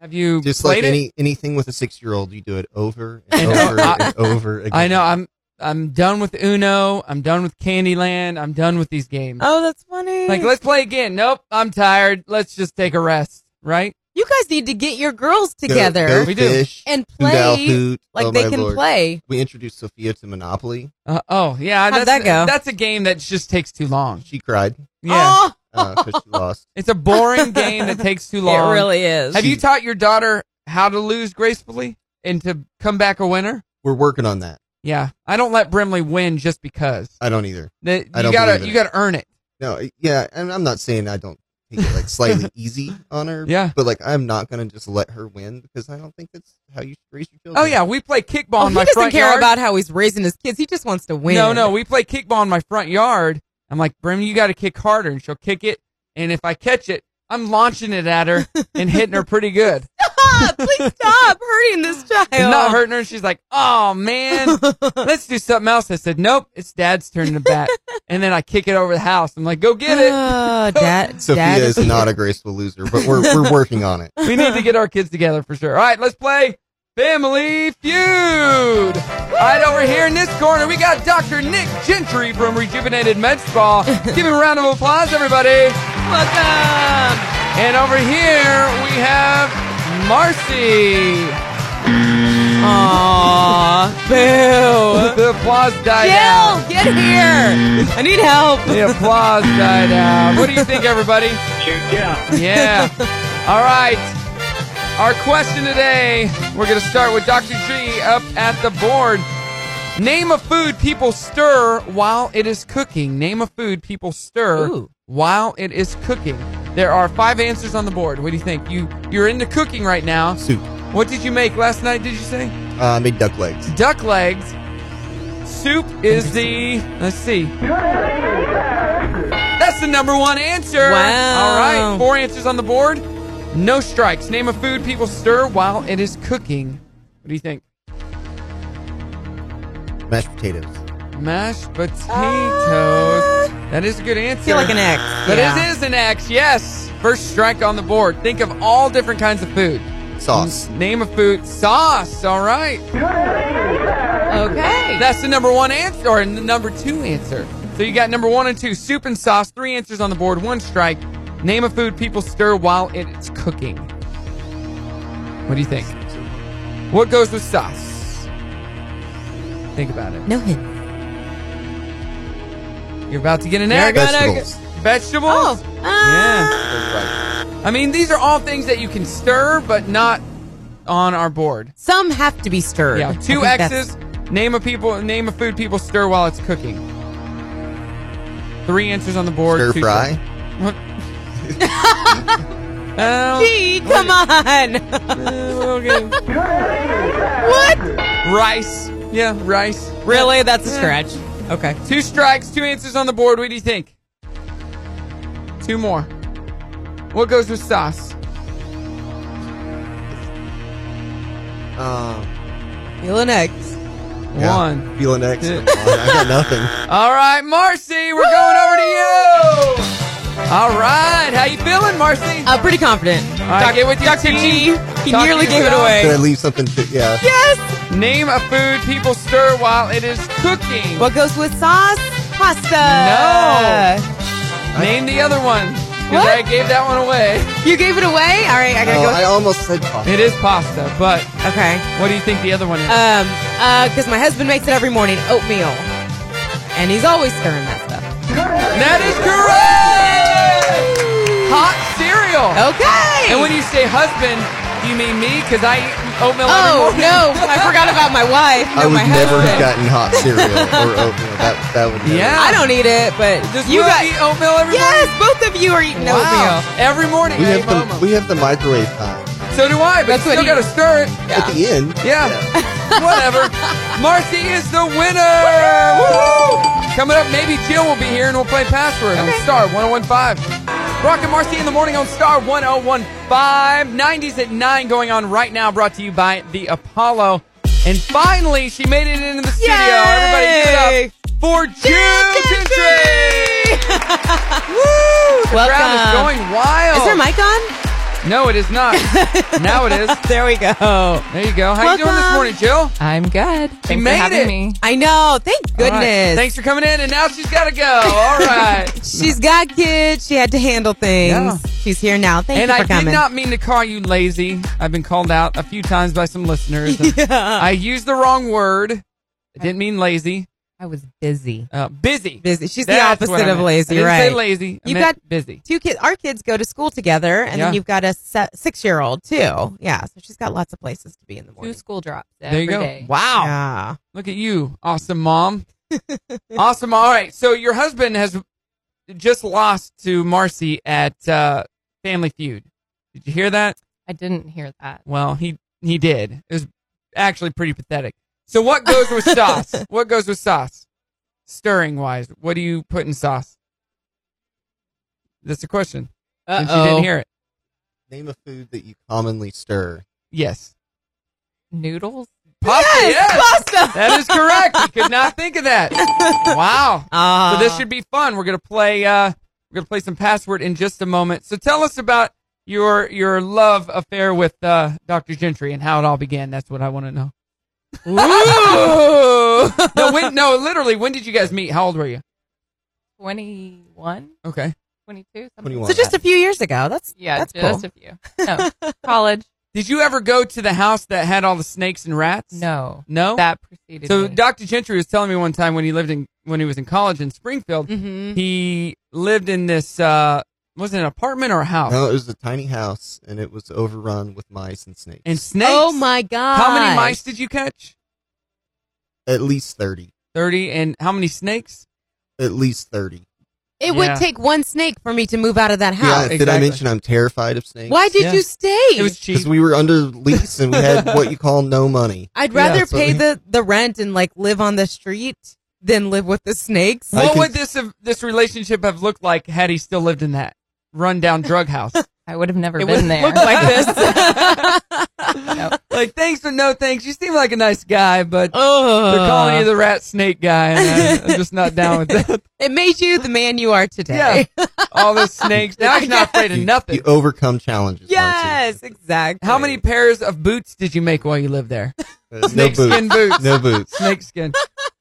Speaker 1: Have you
Speaker 8: Just
Speaker 1: played
Speaker 8: like
Speaker 1: it?
Speaker 8: any anything with a six year old, you do it over and
Speaker 1: I know.
Speaker 8: over
Speaker 1: I-
Speaker 8: and over again.
Speaker 1: I know. I'm I'm done with Uno. I'm done with Candyland. I'm done with these games.
Speaker 2: Oh, that's funny.
Speaker 1: Like let's play again. Nope. I'm tired. Let's just take a rest. Right?
Speaker 2: you guys need to get your girls
Speaker 8: Go-
Speaker 2: together
Speaker 8: Go,
Speaker 1: We do.
Speaker 8: fish,
Speaker 2: and
Speaker 8: hoot owl
Speaker 2: play
Speaker 8: hoot.
Speaker 2: like
Speaker 8: Oh,
Speaker 2: they
Speaker 8: my
Speaker 2: can
Speaker 8: Lord.
Speaker 2: play.
Speaker 8: We introduced Sophia to Monopoly.
Speaker 1: Uh, oh yeah.
Speaker 2: How'd
Speaker 1: that's,
Speaker 2: that go?
Speaker 1: That's a game that just takes too long.
Speaker 8: She cried
Speaker 1: Yeah.
Speaker 2: Oh,
Speaker 8: because she lost.
Speaker 1: It's a boring game that takes too long.
Speaker 2: it really is.
Speaker 1: Have you
Speaker 8: She-
Speaker 1: taught your daughter how to lose gracefully and to come back a winner?
Speaker 8: We're working on that.
Speaker 1: Yeah. I don't let Brimley win just because.
Speaker 8: I don't either.
Speaker 1: That-
Speaker 8: I
Speaker 1: you
Speaker 8: don't
Speaker 1: gotta
Speaker 8: believe in
Speaker 1: you
Speaker 8: it.
Speaker 1: gotta earn it.
Speaker 8: No, yeah, and I'm not saying I don't take it like slightly easy on her.
Speaker 1: Yeah.
Speaker 8: but like I'm not gonna just let her win because I don't think that's how you should raise your children.
Speaker 1: Oh yeah, we play kickball
Speaker 2: Oh,
Speaker 1: in
Speaker 2: he
Speaker 1: my
Speaker 2: doesn't
Speaker 1: front
Speaker 2: care
Speaker 1: yard.
Speaker 2: about how he's raising his kids. He just wants to win.
Speaker 1: No, no, we play kickball in my front yard. I'm like, Brim, you got to kick harder, and she'll kick it. And if I catch it, I'm launching it at her and hitting her pretty good.
Speaker 2: Stop! Please stop hurting this child.
Speaker 1: And not hurting her. and She's like, oh man, let's do something else. I said, nope, it's dad's turn to bat. And then I kick it over the house. I'm like, go get it.
Speaker 2: Oh, dad,
Speaker 8: Sophia
Speaker 2: dad
Speaker 8: is not a graceful loser, but we're we're working on it.
Speaker 1: We need to get our kids together for sure. All right, let's play Family Feud. Right over here in this corner, we got Dr. Nick Gentry from Rejuvenated Med Spa. Give him a round of applause, everybody.
Speaker 2: Welcome.
Speaker 1: And over here we have Marcy.
Speaker 2: Aw, boo.
Speaker 1: The applause died out.
Speaker 2: Gil, get here. I need help.
Speaker 1: The applause died out. What do you think, everybody?
Speaker 9: Yeah.
Speaker 1: Yeah. All right. Our question today. We're gonna start with Dr. G up at the board. Name a food people stir while it is cooking. Name a food people stir
Speaker 2: Ooh.
Speaker 1: while it is cooking. There are five answers on the board. What do you think? You you're into cooking right now.
Speaker 8: Soup.
Speaker 1: What did you make last night? Did you say?
Speaker 8: Uh, I made duck legs.
Speaker 1: duck legs. Soup is the let's see. That's the number one answer.
Speaker 2: Wow.
Speaker 1: All right, four answers on the board. No strikes. Name a food people stir while it is cooking. What do you think?
Speaker 8: Mashed potatoes.
Speaker 1: Mashed potatoes. that is a good answer.
Speaker 2: feel like an ex.
Speaker 1: But it is an X, yes. First strike on the board. Think of all different kinds of food.
Speaker 8: Sauce.
Speaker 1: Name a food. Sauce. All right.
Speaker 2: Okay.
Speaker 1: That's the number one answer, or the number two answer. So you got number one and two, soup and sauce. Three answers on the board, one strike. Name a food people stir while it's cooking. What do you think? What goes with sauce? Think about it.
Speaker 2: No hint.
Speaker 1: You're about to get an
Speaker 2: You're
Speaker 1: egg.
Speaker 2: gonna-
Speaker 8: Vegetables.
Speaker 1: Vegetables?
Speaker 2: Oh.
Speaker 1: Yeah.
Speaker 8: Right.
Speaker 1: I mean, these are all things that you can stir, but not on our board.
Speaker 2: Some have to be stirred.
Speaker 1: Yeah,
Speaker 2: I
Speaker 1: two
Speaker 2: think that's-
Speaker 1: X's. Name a people. Name a food people stir while it's cooking. Three answers on the board.
Speaker 8: Stir
Speaker 1: two
Speaker 8: fry.
Speaker 1: What? Oh,
Speaker 2: Gee, come on.
Speaker 1: okay.
Speaker 2: what?
Speaker 1: Rice. Yeah, rice.
Speaker 2: Really? That's a stretch. Okay.
Speaker 1: Two strikes, two answers on the board. What do you think? Two more. What goes with sauce?
Speaker 8: Um,
Speaker 2: Feel an X.
Speaker 8: yeah.
Speaker 1: One.
Speaker 8: Feel an X.
Speaker 1: Two.
Speaker 8: I got nothing.
Speaker 1: All right, Marcy, we're going over to you. All right, how you feeling, Marcy?
Speaker 2: Uh, pretty confident.
Speaker 1: All right, get with your
Speaker 2: Dr.
Speaker 1: team.
Speaker 2: G, he
Speaker 1: Talk to
Speaker 2: nearly gave it
Speaker 1: yourself.
Speaker 2: away.
Speaker 8: Did I leave something? To, yeah.
Speaker 2: Yes.
Speaker 1: Name a food people stir while it is cooking.
Speaker 2: What goes with sauce? Pasta.
Speaker 1: No. Name the other one. 'cause
Speaker 2: What?
Speaker 1: I gave that one away.
Speaker 2: You gave it away? All right, I gotta
Speaker 8: Oh,
Speaker 2: go.
Speaker 8: I almost said coffee.
Speaker 1: It is pasta, but
Speaker 2: okay.
Speaker 1: what do you think the other one is?
Speaker 2: Um, uh, because my husband makes it every morning, oatmeal, and he's always stirring that stuff.
Speaker 1: that is correct! Hot cereal.
Speaker 2: Okay.
Speaker 1: And when you say husband, you mean me? Because I eat oatmeal every
Speaker 2: oh
Speaker 1: morning.
Speaker 2: no, I forgot about my wife. No,
Speaker 8: I would
Speaker 2: my
Speaker 8: never
Speaker 2: husband.
Speaker 8: have gotten hot cereal or oatmeal. That that would never.
Speaker 1: Yeah.
Speaker 2: I don't eat it, but
Speaker 1: Does
Speaker 2: you
Speaker 1: Will
Speaker 2: got.
Speaker 1: eat oatmeal every
Speaker 2: Yes, both of you are eating
Speaker 1: morning? Wow.
Speaker 2: oatmeal.
Speaker 1: Every morning
Speaker 8: We
Speaker 1: I
Speaker 8: have
Speaker 1: eat
Speaker 8: the
Speaker 1: oatmeal.
Speaker 8: we have the microwave time
Speaker 1: So do I, but you
Speaker 2: That's what
Speaker 1: still
Speaker 2: he-
Speaker 1: gotta stir it.
Speaker 8: at the end.
Speaker 1: Yeah. Whatever. Marcy is the winner. Woo! Coming up, maybe Jill will be here and we'll play Password on Star 1015. Brock and Marcy in the morning on Star 1015. 90s at 9 going on right now, brought to you by the Apollo. And finally, she made it into the studio. Everybody give it
Speaker 2: Yay!
Speaker 1: up for Jill Gentry. Woo! The crowd is
Speaker 2: Welcome.
Speaker 1: going wild.
Speaker 2: Is her mic on?
Speaker 1: No, it is not. now it is.
Speaker 2: There we go.
Speaker 1: There you go. How you doing this
Speaker 2: Oh. Welcome.
Speaker 1: morning, Jill?
Speaker 10: I'm good. Thanks for
Speaker 1: made
Speaker 10: having
Speaker 1: it.
Speaker 10: me.
Speaker 2: I know. Thank
Speaker 1: All right.
Speaker 2: goodness.
Speaker 1: Thanks for coming in, and now she's got to go. All right.
Speaker 2: She's got kids. She had to handle things.
Speaker 1: Yeah.
Speaker 2: She's here now. Thank
Speaker 1: and
Speaker 2: you
Speaker 1: I
Speaker 2: for coming.
Speaker 1: did not mean to call you lazy. I've been called out a few times by some listeners.
Speaker 2: yeah.
Speaker 1: I used the wrong word. I didn't mean lazy.
Speaker 10: I was busy.
Speaker 1: Uh, busy.
Speaker 2: busy. She's
Speaker 1: That's
Speaker 2: the
Speaker 1: what I
Speaker 2: opposite of
Speaker 1: meant. I
Speaker 2: lazy,
Speaker 1: didn't
Speaker 2: right?
Speaker 1: Say lazy. I
Speaker 2: You
Speaker 1: meant
Speaker 2: got-
Speaker 1: busy.
Speaker 2: Two kids. Our kids go to school together, and
Speaker 1: Yeah.
Speaker 2: then you've got a se- six-year-old too. Yeah, so she's got lots of places to be in the
Speaker 10: Two
Speaker 2: morning.
Speaker 10: school drops
Speaker 1: There you
Speaker 10: every
Speaker 1: go.
Speaker 10: day.
Speaker 1: Wow.
Speaker 2: Yeah.
Speaker 1: Look at you, awesome mom. awesome. mom. All right. So your husband has just lost to Marcy at uh, Family Feud. Did you hear that?
Speaker 10: I didn't hear that.
Speaker 1: Well, he he did. It was actually pretty pathetic. So what goes with sauce? What goes with sauce? Stirring wise, what do you put in sauce? That's the question. Since you didn't hear it.
Speaker 8: Name a food that you commonly stir.
Speaker 1: Yes.
Speaker 10: Noodles?
Speaker 1: Pasta. yes!
Speaker 2: Pasta.
Speaker 1: That is correct. I could not think of that. Wow.
Speaker 2: Uh,
Speaker 1: So this should be fun. We're gonna play. Uh, we're gonna play some password in just a moment. So tell us about your your love affair with uh, Dr. Gentry and how it all began. That's what I want to know.
Speaker 2: Ooh.
Speaker 1: No, when, no, literally. When did you guys meet? How old were you?
Speaker 10: 21?
Speaker 1: Okay.
Speaker 10: 22? Something.
Speaker 8: 21.
Speaker 2: so just a few years ago. That's
Speaker 10: Yeah,
Speaker 2: That's
Speaker 10: just
Speaker 2: cool.
Speaker 10: a few. No. College?
Speaker 1: Did you ever go to the house that had all the snakes and rats?
Speaker 10: No.
Speaker 1: No.
Speaker 10: That preceded
Speaker 1: so
Speaker 10: me.
Speaker 1: Dr. Gentry was telling me one time when he lived in when he was in college in Springfield,
Speaker 2: Mhm.
Speaker 1: he lived in this uh, was it an apartment or a house
Speaker 8: no, it was a tiny house and it was overrun with mice and snakes.
Speaker 1: and snakes.
Speaker 2: Oh my god.
Speaker 1: How many mice did you catch?
Speaker 8: at least thirty.
Speaker 1: 30 and how many snakes
Speaker 8: At least thirty.
Speaker 2: It would
Speaker 1: Yeah.
Speaker 2: take one snake for me to move out of that
Speaker 8: Yeah.
Speaker 2: house.
Speaker 8: Did I
Speaker 1: exactly.
Speaker 8: mention I'm terrified of snakes?
Speaker 2: Why did
Speaker 1: Yeah.
Speaker 2: you stay?
Speaker 1: it was cheap
Speaker 8: Because we were under lease and we had what you call no money.
Speaker 2: I'd rather
Speaker 8: that's what
Speaker 2: pay
Speaker 8: we-
Speaker 2: the, the rent and like live on the street than live with the snakes.
Speaker 8: I
Speaker 1: what
Speaker 8: can-
Speaker 1: would this have, this relationship have looked like had he still lived in that rundown drug house
Speaker 10: I would have never
Speaker 2: It wouldn't
Speaker 10: been there.
Speaker 2: look like this.
Speaker 1: like thanks but no thanks you seem like a nice guy but
Speaker 2: oh,
Speaker 1: they're
Speaker 8: Uh.
Speaker 1: calling you the rat snake guy and I'm, I'm just not down with that
Speaker 2: it made you the man you are
Speaker 1: yeah
Speaker 2: today.
Speaker 1: all the snakes now he's not afraid of
Speaker 8: You-
Speaker 1: nothing
Speaker 8: You overcome challenges.
Speaker 2: Yes, exactly.
Speaker 1: how many pairs of boots did you make while you lived there
Speaker 8: Marcy. Uh, no
Speaker 1: snake skin
Speaker 8: boots.
Speaker 1: boots
Speaker 8: No boots.
Speaker 1: snake skin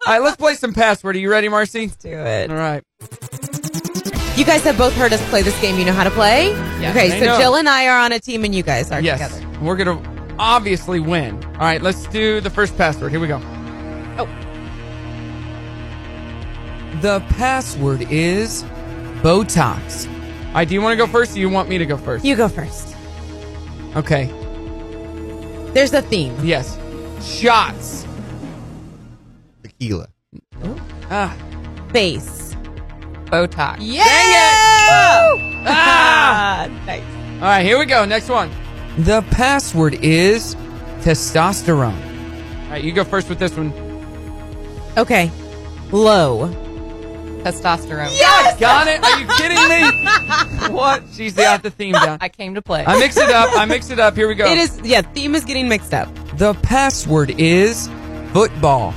Speaker 1: all right let's play some password are you ready marcy let's do
Speaker 2: it.
Speaker 1: all right
Speaker 2: You guys have both heard us play this game. You know how to play? okay,
Speaker 1: I
Speaker 2: so
Speaker 1: know.
Speaker 2: Jill and I are on a team and you guys are
Speaker 1: yes
Speaker 2: together.
Speaker 1: we're gonna obviously win all right let's do the first password here we go
Speaker 2: Oh.
Speaker 1: The password is Botox. All right, do you want to go first or you want me to go first?
Speaker 2: You go first.
Speaker 1: okay,
Speaker 2: There's a theme.
Speaker 1: yes. Shots.
Speaker 8: Tequila.
Speaker 1: Ah.
Speaker 2: Face.
Speaker 10: Botox.
Speaker 2: Yeah! Dang it!
Speaker 1: Ah!
Speaker 2: nice.
Speaker 1: All right, here we go. Next one. The password is testosterone. All right, you go first with this one.
Speaker 2: Okay. Low.
Speaker 10: Testosterone.
Speaker 1: Yes! Got it? Are you kidding me? what? She's got the theme down.
Speaker 10: I came to play.
Speaker 1: I mix it up. I mix it up. Here we go.
Speaker 2: It is, yeah, theme is getting mixed up.
Speaker 1: The password is football.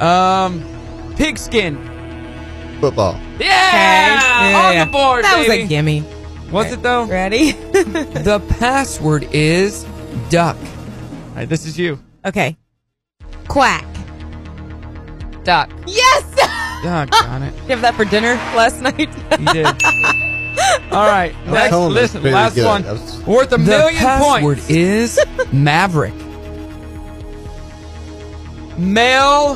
Speaker 1: Um, pigskin.
Speaker 8: Football.
Speaker 1: Yeah,
Speaker 2: Yeah,
Speaker 1: on
Speaker 2: yeah.
Speaker 1: the board.
Speaker 2: That was
Speaker 1: baby.
Speaker 2: a gimme.
Speaker 1: Was it though?
Speaker 2: Ready?
Speaker 1: The password is duck. All right, this is you.
Speaker 2: Okay. Quack.
Speaker 10: Duck.
Speaker 2: Yes!
Speaker 1: God, darn it.
Speaker 2: Did you have that for dinner last night?
Speaker 1: You did. All right.
Speaker 2: I'm
Speaker 1: Next,
Speaker 2: telling you,
Speaker 1: listen,
Speaker 2: very
Speaker 1: last
Speaker 2: good.
Speaker 1: one.
Speaker 2: That was-
Speaker 1: Worth a
Speaker 2: The
Speaker 1: million
Speaker 2: password
Speaker 1: points. is Maverick. Male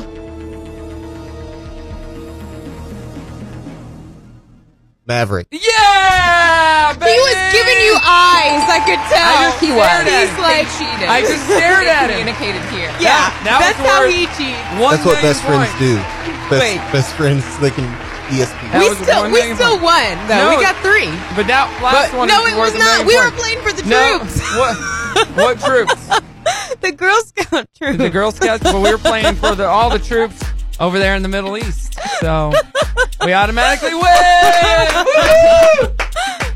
Speaker 8: Maverick.
Speaker 1: Yeah, baby!
Speaker 2: He was giving you eyes. I could tell.
Speaker 10: I just
Speaker 2: he
Speaker 10: stared at him.
Speaker 2: He's like
Speaker 10: They cheated.
Speaker 1: I just stared
Speaker 10: They
Speaker 1: at him.
Speaker 10: Communicated here.
Speaker 2: Yeah,
Speaker 1: Now
Speaker 2: that's
Speaker 1: it's
Speaker 2: how
Speaker 1: worth
Speaker 2: he cheats.
Speaker 1: One
Speaker 8: That's what
Speaker 1: million
Speaker 8: best friends
Speaker 1: points.
Speaker 8: do. Best,
Speaker 2: Wait.
Speaker 8: best friends, they can ESP.
Speaker 1: That
Speaker 2: We
Speaker 1: was
Speaker 2: still,
Speaker 1: one
Speaker 2: we
Speaker 1: million
Speaker 2: still
Speaker 1: points.
Speaker 2: won though.
Speaker 1: No,
Speaker 2: we got three.
Speaker 1: But that last
Speaker 2: But-
Speaker 1: one
Speaker 2: no,
Speaker 1: is
Speaker 2: it
Speaker 1: worth
Speaker 2: was
Speaker 1: a
Speaker 2: not.
Speaker 1: million
Speaker 2: We were
Speaker 1: points.
Speaker 2: playing for the
Speaker 1: No.
Speaker 2: troops.
Speaker 1: What? What troops?
Speaker 2: The Girl Scout troops.
Speaker 1: The Girl Scouts. But we were playing for the, all the troops over there in the Middle East. So we automatically win.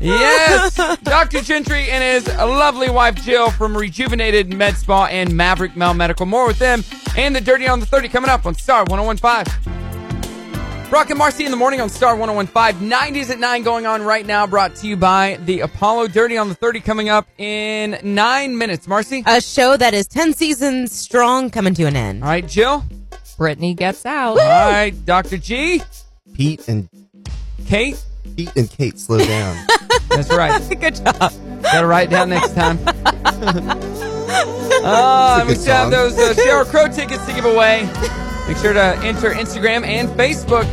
Speaker 1: yes, Dr. Gentry and his lovely wife Jill from Rejuvenated Med Spa and Maverick Mel Medical. More with them and the Dirty on the 30 coming up on Star 1015. Brock and Marcy in the morning on Star 1015. 90s at 9 going on right now, brought to you by the Apollo Dirty on the 30 coming up in nine minutes. Marcy?
Speaker 2: A show that is ten seasons strong coming to an end.
Speaker 1: All right, Jill?
Speaker 10: Brittany gets out.
Speaker 1: All right, Dr. G?
Speaker 8: Pete and
Speaker 1: Kate?
Speaker 8: Pete and Kate slow down.
Speaker 1: That's right.
Speaker 2: Good job.
Speaker 1: Gotta write down next time. Uh,
Speaker 8: That's a
Speaker 1: we
Speaker 8: good
Speaker 1: still have
Speaker 8: song.
Speaker 1: those uh, Cheryl Crow tickets to give away. Make sure to enter Instagram and Facebook.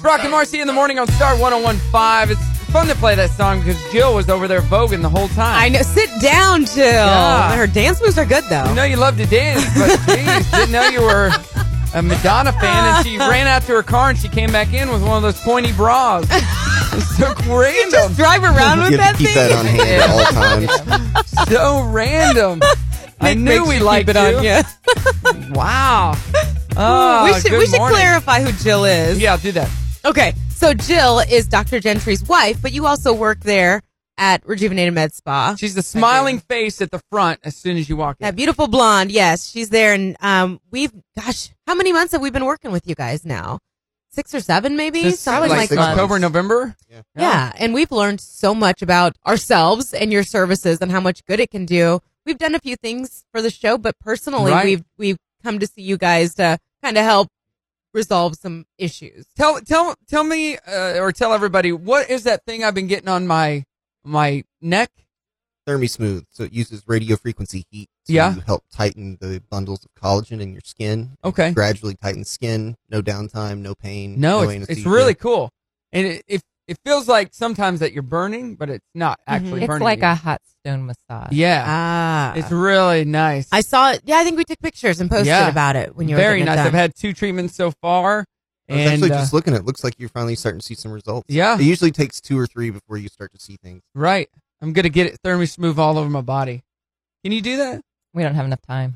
Speaker 1: Brock and Marcy in the morning on Star 1015. It's fun to play that song because Jill was over there voguing the whole time.
Speaker 2: I know. Sit down, Jill.
Speaker 1: Yeah.
Speaker 2: Her dance moves are good though.
Speaker 1: I know you love to dance, but geez, didn't know you were a Madonna fan. And she ran out to her car and she came back in with one of those pointy bras. It's so
Speaker 2: You just
Speaker 1: random.
Speaker 2: drive around with
Speaker 8: you
Speaker 2: that
Speaker 8: have to keep
Speaker 2: thing.
Speaker 8: that on hand at all times.
Speaker 1: So random. I knew
Speaker 2: Makes you
Speaker 1: we
Speaker 2: keep
Speaker 1: liked
Speaker 2: it on you.
Speaker 1: Wow. Oh,
Speaker 2: we should
Speaker 1: good
Speaker 2: we should
Speaker 1: morning.
Speaker 2: clarify who Jill is.
Speaker 1: Yeah, do that.
Speaker 2: Okay. So Jill is Dr. Gentry's wife, but you also work there at Rejuvenated Med Spa.
Speaker 1: She's the smiling face at the front as soon as you walk in.
Speaker 2: That beautiful blonde, yes, she's there, and um, we've gosh, how many months have we been working with you guys now? Six or seven, maybe,
Speaker 1: Since,
Speaker 2: something
Speaker 8: like
Speaker 2: like,
Speaker 8: six
Speaker 2: that.
Speaker 1: October, November.
Speaker 8: Yeah.
Speaker 2: Yeah, and we've learned so much about ourselves and your services and how much good it can do. We've done a few things for the show, but personally,
Speaker 1: Right.
Speaker 2: we've we've come to see you guys to kind of help resolve some issues.
Speaker 1: Tell tell tell me uh, or tell everybody what is that thing I've been getting on my my neck?
Speaker 8: Thermi Smooth, so it uses radio frequency heat to
Speaker 1: Yeah.
Speaker 8: help tighten the bundles of collagen in your skin.
Speaker 1: Okay.
Speaker 8: Gradually tighten skin, no downtime, no pain.
Speaker 1: No, it's, it's
Speaker 8: anesthesia.
Speaker 1: really cool, and it, it it feels like sometimes that you're burning, but it's not actually
Speaker 2: Mm-hmm.
Speaker 10: It's
Speaker 1: burning.
Speaker 10: like
Speaker 1: you.
Speaker 10: a hot stone massage.
Speaker 1: yeah,
Speaker 2: Ah,
Speaker 1: it's really nice.
Speaker 2: I saw it. Yeah, I think we took pictures and posted
Speaker 1: Yeah.
Speaker 2: about it when you were
Speaker 1: very
Speaker 2: getting it
Speaker 1: nice.
Speaker 2: done.
Speaker 1: I've had two treatments so far,
Speaker 8: I was
Speaker 1: and
Speaker 8: actually
Speaker 1: uh,
Speaker 8: just looking at it. Looks like you're finally starting to see some results.
Speaker 1: Yeah.
Speaker 8: It usually takes two or three before you start to see things.
Speaker 1: right, I'm gonna get it thermi smooth all over my body. Can you do that?
Speaker 10: We don't have enough time.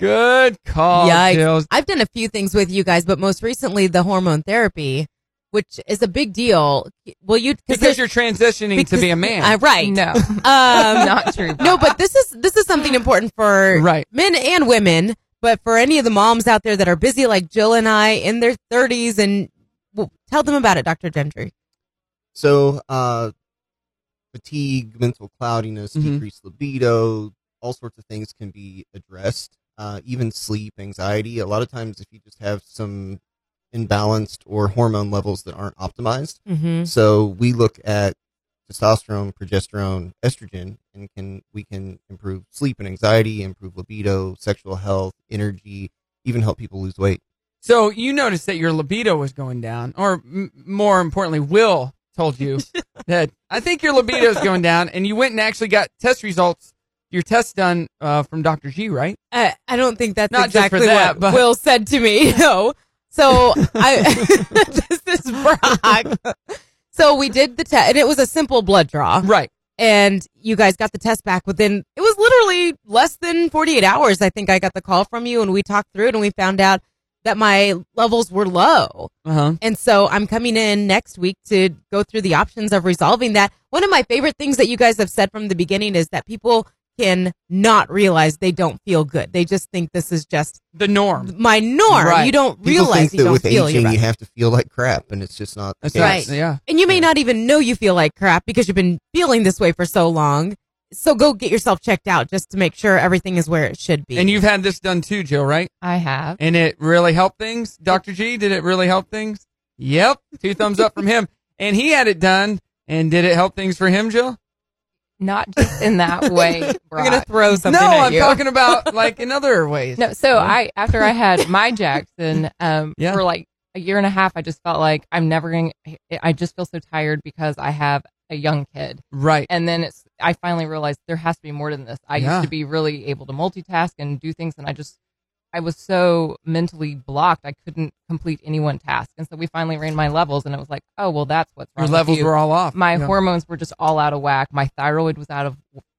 Speaker 1: Good call,
Speaker 2: Yikes.
Speaker 1: Jill.
Speaker 2: I've done a few things with you guys, but most recently the hormone therapy, which is a big deal. Will you
Speaker 1: Because you're transitioning to
Speaker 2: because-
Speaker 1: be a man.
Speaker 2: Uh, right?
Speaker 10: No,
Speaker 2: Um,
Speaker 10: not true.
Speaker 2: no, but this is this is something important for
Speaker 1: Right.
Speaker 2: men and women. But for any of the moms out there that are busy, like Jill and I, in their 30s, and well, tell them about it, Doctor Gentry.
Speaker 8: So, uh, fatigue, mental cloudiness,
Speaker 1: Mhm.
Speaker 2: Mm-hmm.
Speaker 8: decreased libido, all sorts of things can be addressed. Uh, even sleep, anxiety. A lot of times, if you just have some imbalanced or hormone levels that aren't optimized,
Speaker 2: Mm-hmm.
Speaker 8: so we look at testosterone, progesterone, estrogen, and can we can improve sleep and anxiety, improve libido, sexual health, energy, even help people lose weight.
Speaker 1: So you noticed that your libido was going down, or m- more importantly, Will told you that I think your libido is going down, and you went and actually got test results, your test done uh, from Doctor G, right?
Speaker 2: I, I don't think that's
Speaker 1: Not just for
Speaker 2: exactly
Speaker 1: that,
Speaker 2: what
Speaker 1: but-
Speaker 2: Will said to me. No. So I this is Brock. So we did the test and it was a simple blood draw.
Speaker 1: Right.
Speaker 2: And you guys got the test back within it was literally less than 48 hours I think I got the call from you and we talked through it and we found out that my levels were low.
Speaker 1: Uh huh.
Speaker 2: And so I'm coming in next week to go through the options of resolving that. One of my favorite things that you guys have said from the beginning is that people can not realize they don't feel good. They just think this is just
Speaker 1: the norm.
Speaker 2: My norm.
Speaker 1: Right.
Speaker 2: You don't
Speaker 8: People
Speaker 2: realize
Speaker 8: think
Speaker 2: you
Speaker 8: that
Speaker 2: don't
Speaker 8: with
Speaker 2: feel
Speaker 8: aging
Speaker 2: your
Speaker 8: you have to feel like crap, and it's just not. the
Speaker 1: That's
Speaker 8: case.
Speaker 2: right. And you may not even know you feel like crap because you've been feeling this way for so long. So go get yourself checked out just to make sure everything is where it should be.
Speaker 1: And you've had this done too, Joe, right?
Speaker 10: I have.
Speaker 1: And it really helped things. Dr. G, did it really help things? Yep. Two thumbs up from him. And he had it done. And did it help things for him, Jill?
Speaker 10: Not just in that way.
Speaker 2: We're gonna throw something.
Speaker 1: no,
Speaker 2: at
Speaker 1: I'm
Speaker 2: you.
Speaker 1: talking about like in other ways.
Speaker 10: No, so I after I had my Jackson, um, for like a year and a half, I just felt like I'm never going. to I just feel so tired because I have a young kid,
Speaker 1: Right.
Speaker 10: and then it's I finally realized there has to be more than this. I
Speaker 1: Yeah.
Speaker 10: used to be really able to multitask and do things, and I just I was so mentally blocked I couldn't complete any one task, and so we finally ran my levels, and it was like, oh well, that's what's
Speaker 1: Your
Speaker 10: wrong. with
Speaker 1: levels
Speaker 10: you.
Speaker 1: were all off.
Speaker 10: My
Speaker 1: Yeah.
Speaker 10: hormones were just all out of whack. My thyroid was out of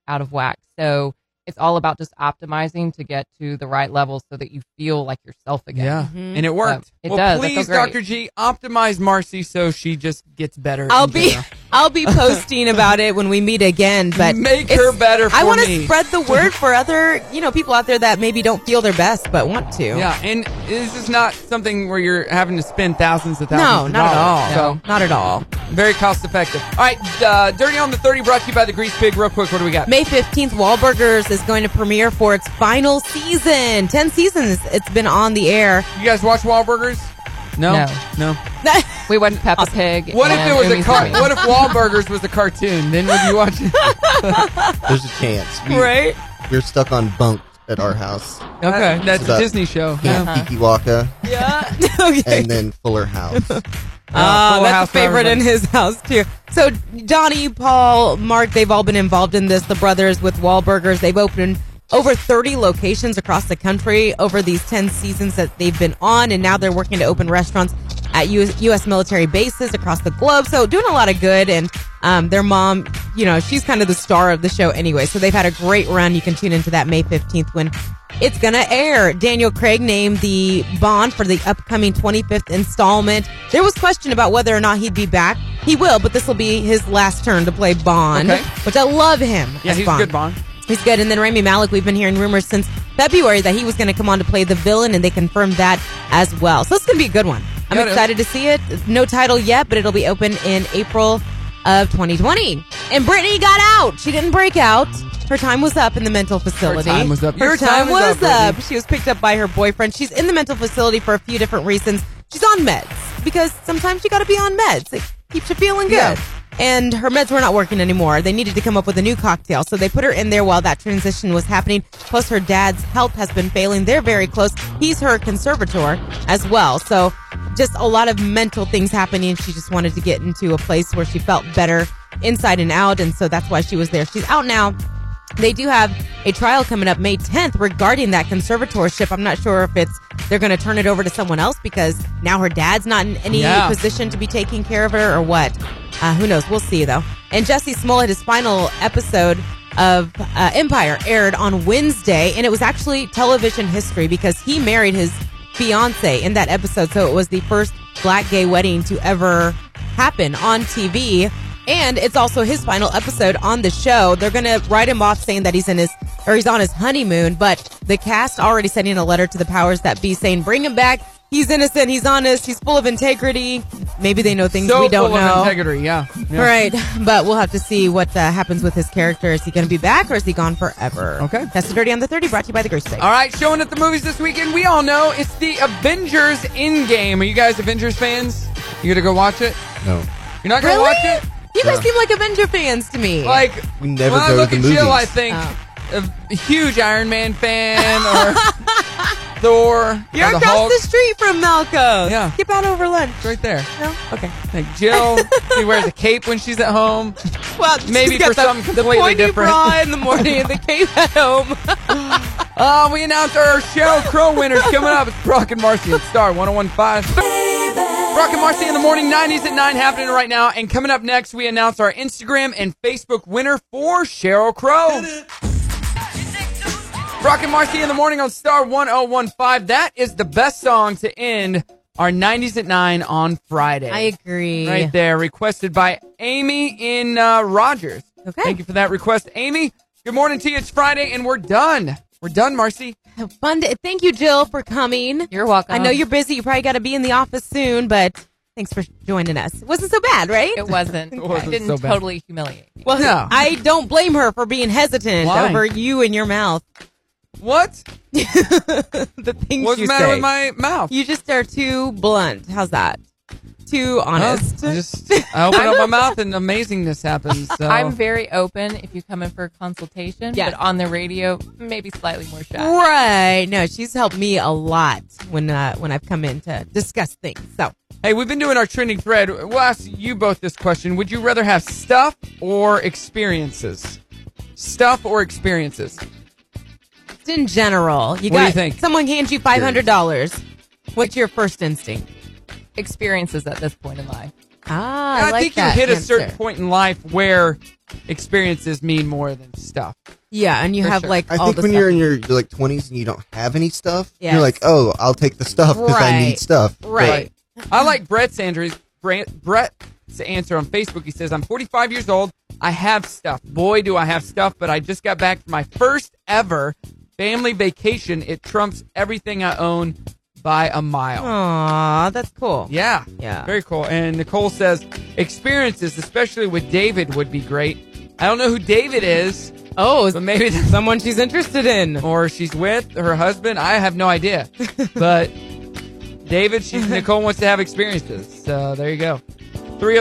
Speaker 10: out of whack. So it's all about just optimizing to get to the right level so that you feel like yourself again.
Speaker 1: Yeah.
Speaker 2: Mm-hmm.
Speaker 1: And it worked.
Speaker 10: So it
Speaker 1: well,
Speaker 10: does. I feel
Speaker 1: please,
Speaker 10: great.
Speaker 1: Dr. G, optimize Marcy so she just gets better.
Speaker 2: I'll
Speaker 1: in
Speaker 2: be
Speaker 1: general.
Speaker 2: I'll be posting about it when we meet again. But
Speaker 1: Make
Speaker 2: it's-
Speaker 1: her better
Speaker 2: I
Speaker 1: for
Speaker 2: want to
Speaker 1: me.
Speaker 2: spread the word for other you know people out there that maybe don't feel their best but want to.
Speaker 1: Yeah, and this is not something where you're having to spend thousands of
Speaker 2: No,
Speaker 1: thousands.
Speaker 2: not at all.
Speaker 1: at all. So
Speaker 2: Not at all.
Speaker 1: very cost effective. All right, uh, Dirty on the Thirty brought to you by the Grease Pig. Real quick, what do we got?
Speaker 2: May 15th, Wahlburgers is going to premiere for its final season. 10 seasons it's been on the air.
Speaker 1: You guys watch Wahlburgers? No, no.
Speaker 10: We went to Peppa Pig.
Speaker 1: What if
Speaker 10: and
Speaker 1: it was a
Speaker 10: Umi's
Speaker 1: car-
Speaker 10: Mommy.
Speaker 1: What if Wahlburgers was a cartoon? Then would you watch it?
Speaker 8: There's a chance. We,
Speaker 1: Right?
Speaker 8: We're stuck on bunk at our house.
Speaker 1: Okay,
Speaker 8: It's
Speaker 1: that's a
Speaker 8: about
Speaker 1: Disney show.
Speaker 8: Camp
Speaker 2: Uh-huh.
Speaker 8: Kikiwaka
Speaker 2: Yeah. okay.
Speaker 8: and then Fuller House.
Speaker 2: Ah,
Speaker 1: Uh, Full House
Speaker 2: that's a
Speaker 1: for
Speaker 2: favorite in
Speaker 1: everybody.
Speaker 2: his house too. So Donnie, Paul, Mark, they've all been involved in this. The brothers with Wahlburgers, they've opened over 30 locations across the country over these 10 seasons that they've been on, and now they're working to open restaurants at U.S. US military bases across the globe. So doing a lot of good, and um, their mom, you know, she's kind of the star of the show anyway. So they've had a great run. You can tune into that May 15th when it's gonna air. Daniel Craig named the Bond for the upcoming 25th installment. There was question about whether or not he'd be back. He will, but this will be his last turn to play Bond,
Speaker 1: Okay.
Speaker 2: which I love him.
Speaker 1: Yeah,
Speaker 2: as
Speaker 1: he's
Speaker 2: Bond.
Speaker 1: a good Bond.
Speaker 2: He's good. And then Rami Malik, we've been hearing rumors since February that he was going to come on to play the villain, and they confirmed that as well. So it's going to be a good one. I'm
Speaker 1: Yeah, it is.
Speaker 2: excited to see it. No title yet, but it'll be open in April of 2020. And Brittany got out. She didn't break out. Her time was up in the mental facility.
Speaker 1: time was up.
Speaker 2: Her
Speaker 1: Your time
Speaker 2: time
Speaker 1: is up,
Speaker 2: was
Speaker 1: Brittany.
Speaker 2: up. She was picked up by her boyfriend. She's in the mental facility for a few different reasons. She's on meds because sometimes you got to be on meds. It keeps you feeling good.
Speaker 1: Yeah.
Speaker 2: And her meds were not working anymore. They needed to come up with a new cocktail. So they put her in there while that transition was happening. Plus, her dad's health has been failing. They're very close. He's her conservator as well. So, just a lot of mental things happening. She just wanted to get into a place where she felt better inside and out. And so that's why she was there. She's out now. They do have a trial coming up May 10th regarding that conservatorship. I'm not sure if it's they're going to turn it over to someone else because now her dad's not in any
Speaker 1: Yeah.
Speaker 2: position to be taking care of her or what. Uh, who knows? We'll see though. And Jesse Smollett, his final episode of uh, Empire aired on Wednesday, and it was actually television history because he married his fiance in that episode. So it was the first black gay wedding to ever happen on TV. And it's also his final episode on the show. They're gonna write him off saying that he's in his or he's on his honeymoon, but the cast already sending a letter to the powers that be saying, Bring him back. He's innocent, he's honest, he's full of integrity. Maybe they know things
Speaker 1: So
Speaker 2: we don't
Speaker 1: full
Speaker 2: know.
Speaker 1: of integrity. Yeah. yeah.
Speaker 2: Right, but we'll have to see what uh, happens with his character. Is he going to be back or is he gone forever?
Speaker 1: Okay.
Speaker 2: That's the Dirty on the 30, brought to you by the Grease Pig.
Speaker 1: All right, showing at the movies this weekend. We all know it's the Avengers Endgame. Are you guys Avengers fans? You gonna go watch it?
Speaker 8: No,
Speaker 1: You're not gonna
Speaker 2: Really?
Speaker 1: watch it?
Speaker 2: You guys
Speaker 8: Yeah.
Speaker 2: seem like Avenger fans to me.
Speaker 1: Like
Speaker 8: We never
Speaker 1: when I
Speaker 8: go to
Speaker 1: look
Speaker 8: the
Speaker 1: at Jill,
Speaker 8: movies.
Speaker 1: I think
Speaker 2: Oh.
Speaker 1: a huge Iron Man fan or Thor.
Speaker 2: You're
Speaker 1: or the
Speaker 2: across
Speaker 1: Hulk.
Speaker 2: the street from Malco.
Speaker 1: Yeah.
Speaker 2: Skip out over lunch.
Speaker 1: It's right there.
Speaker 2: No? Okay.
Speaker 1: Like Jill, she wears a cape when she's at home.
Speaker 2: Well,
Speaker 1: Maybe
Speaker 2: she's got
Speaker 1: for
Speaker 2: the,
Speaker 1: something completely
Speaker 2: the pointy
Speaker 1: different.
Speaker 2: bra in the morning and the cape at home.
Speaker 1: Uh, we announced our Cheryl Crow winners coming up. It's Brock and Marcy at Star 1015. Brock and Marcy in the morning, 90s at 9 happening right now. And coming up next, we announce our Instagram and Facebook winner for Cheryl Crow. Brock and Marcy in the morning on Star 1015. That is the best song to end our 90s at 9 on Friday.
Speaker 2: I agree.
Speaker 1: Right there, requested by Amy in uh, Rogers.
Speaker 2: Okay.
Speaker 1: Thank you for that request, Amy. Good morning, T. It's Friday, and we're done. We're done, Marcy.
Speaker 2: Have fun. Day. Thank you, Jill, for coming. You're
Speaker 10: welcome.
Speaker 2: I know you're busy. You probably got to be in the office soon, but thanks for joining us. It wasn't so bad, right?
Speaker 10: It wasn't. It wasn't I didn't so bad. totally humiliate me.
Speaker 2: Well,
Speaker 10: No.
Speaker 2: I don't blame her for being hesitant
Speaker 10: Why?
Speaker 2: over you and your mouth.
Speaker 1: What?
Speaker 2: the things
Speaker 1: What's
Speaker 2: you
Speaker 1: the matter
Speaker 2: say.
Speaker 1: with my mouth?
Speaker 2: You just are too blunt. How's that? Too honest.
Speaker 1: Huh? I just I open up my mouth and amazingness happens. So.
Speaker 10: I'm very open if you come in for a consultation,
Speaker 2: Yeah.
Speaker 10: but on the radio, maybe slightly more shy.
Speaker 2: Right. No, she's helped me a lot when uh, when I've come in to discuss things. So
Speaker 1: Hey, we've been doing our trending thread. We'll ask you both this question. Would you rather have stuff or experiences? Stuff or experiences?
Speaker 2: just in general,
Speaker 1: What do
Speaker 2: you got
Speaker 1: you think?
Speaker 2: someone hands you five hundred dollars. What's your first instinct?
Speaker 10: Experiences at this point in life.
Speaker 2: Ah,
Speaker 1: I,
Speaker 2: I, like
Speaker 1: think
Speaker 2: that
Speaker 1: you hit a
Speaker 2: answer.
Speaker 1: certain point in life where experiences mean more than stuff.
Speaker 2: Yeah, and you
Speaker 1: For
Speaker 2: have
Speaker 1: sure.
Speaker 2: like
Speaker 8: I
Speaker 2: all
Speaker 8: think
Speaker 2: the
Speaker 8: when
Speaker 2: stuff.
Speaker 8: you're in your you're like 20s and you don't have any stuff,
Speaker 2: Yes.
Speaker 8: you're like, oh, I'll take the stuff because I
Speaker 2: Right.
Speaker 8: need stuff.
Speaker 2: Right.
Speaker 1: I like Brett's answer. Brett- Brett's answer on Facebook. He says, "I'm 45 years old. I have stuff. Boy, do I have stuff! But I just got back from my first ever family vacation. It trumps everything I own by a mile."
Speaker 2: Aw, that's cool.
Speaker 1: Yeah.
Speaker 2: Yeah.
Speaker 1: Very cool. And Nicole says, "Experiences, especially with David, would be great. I don't know who David is.
Speaker 2: Oh,
Speaker 1: but maybe
Speaker 2: someone she's interested in,
Speaker 1: or she's with her husband. I have no idea. but David, she, Nicole wants to have experiences. So there you go.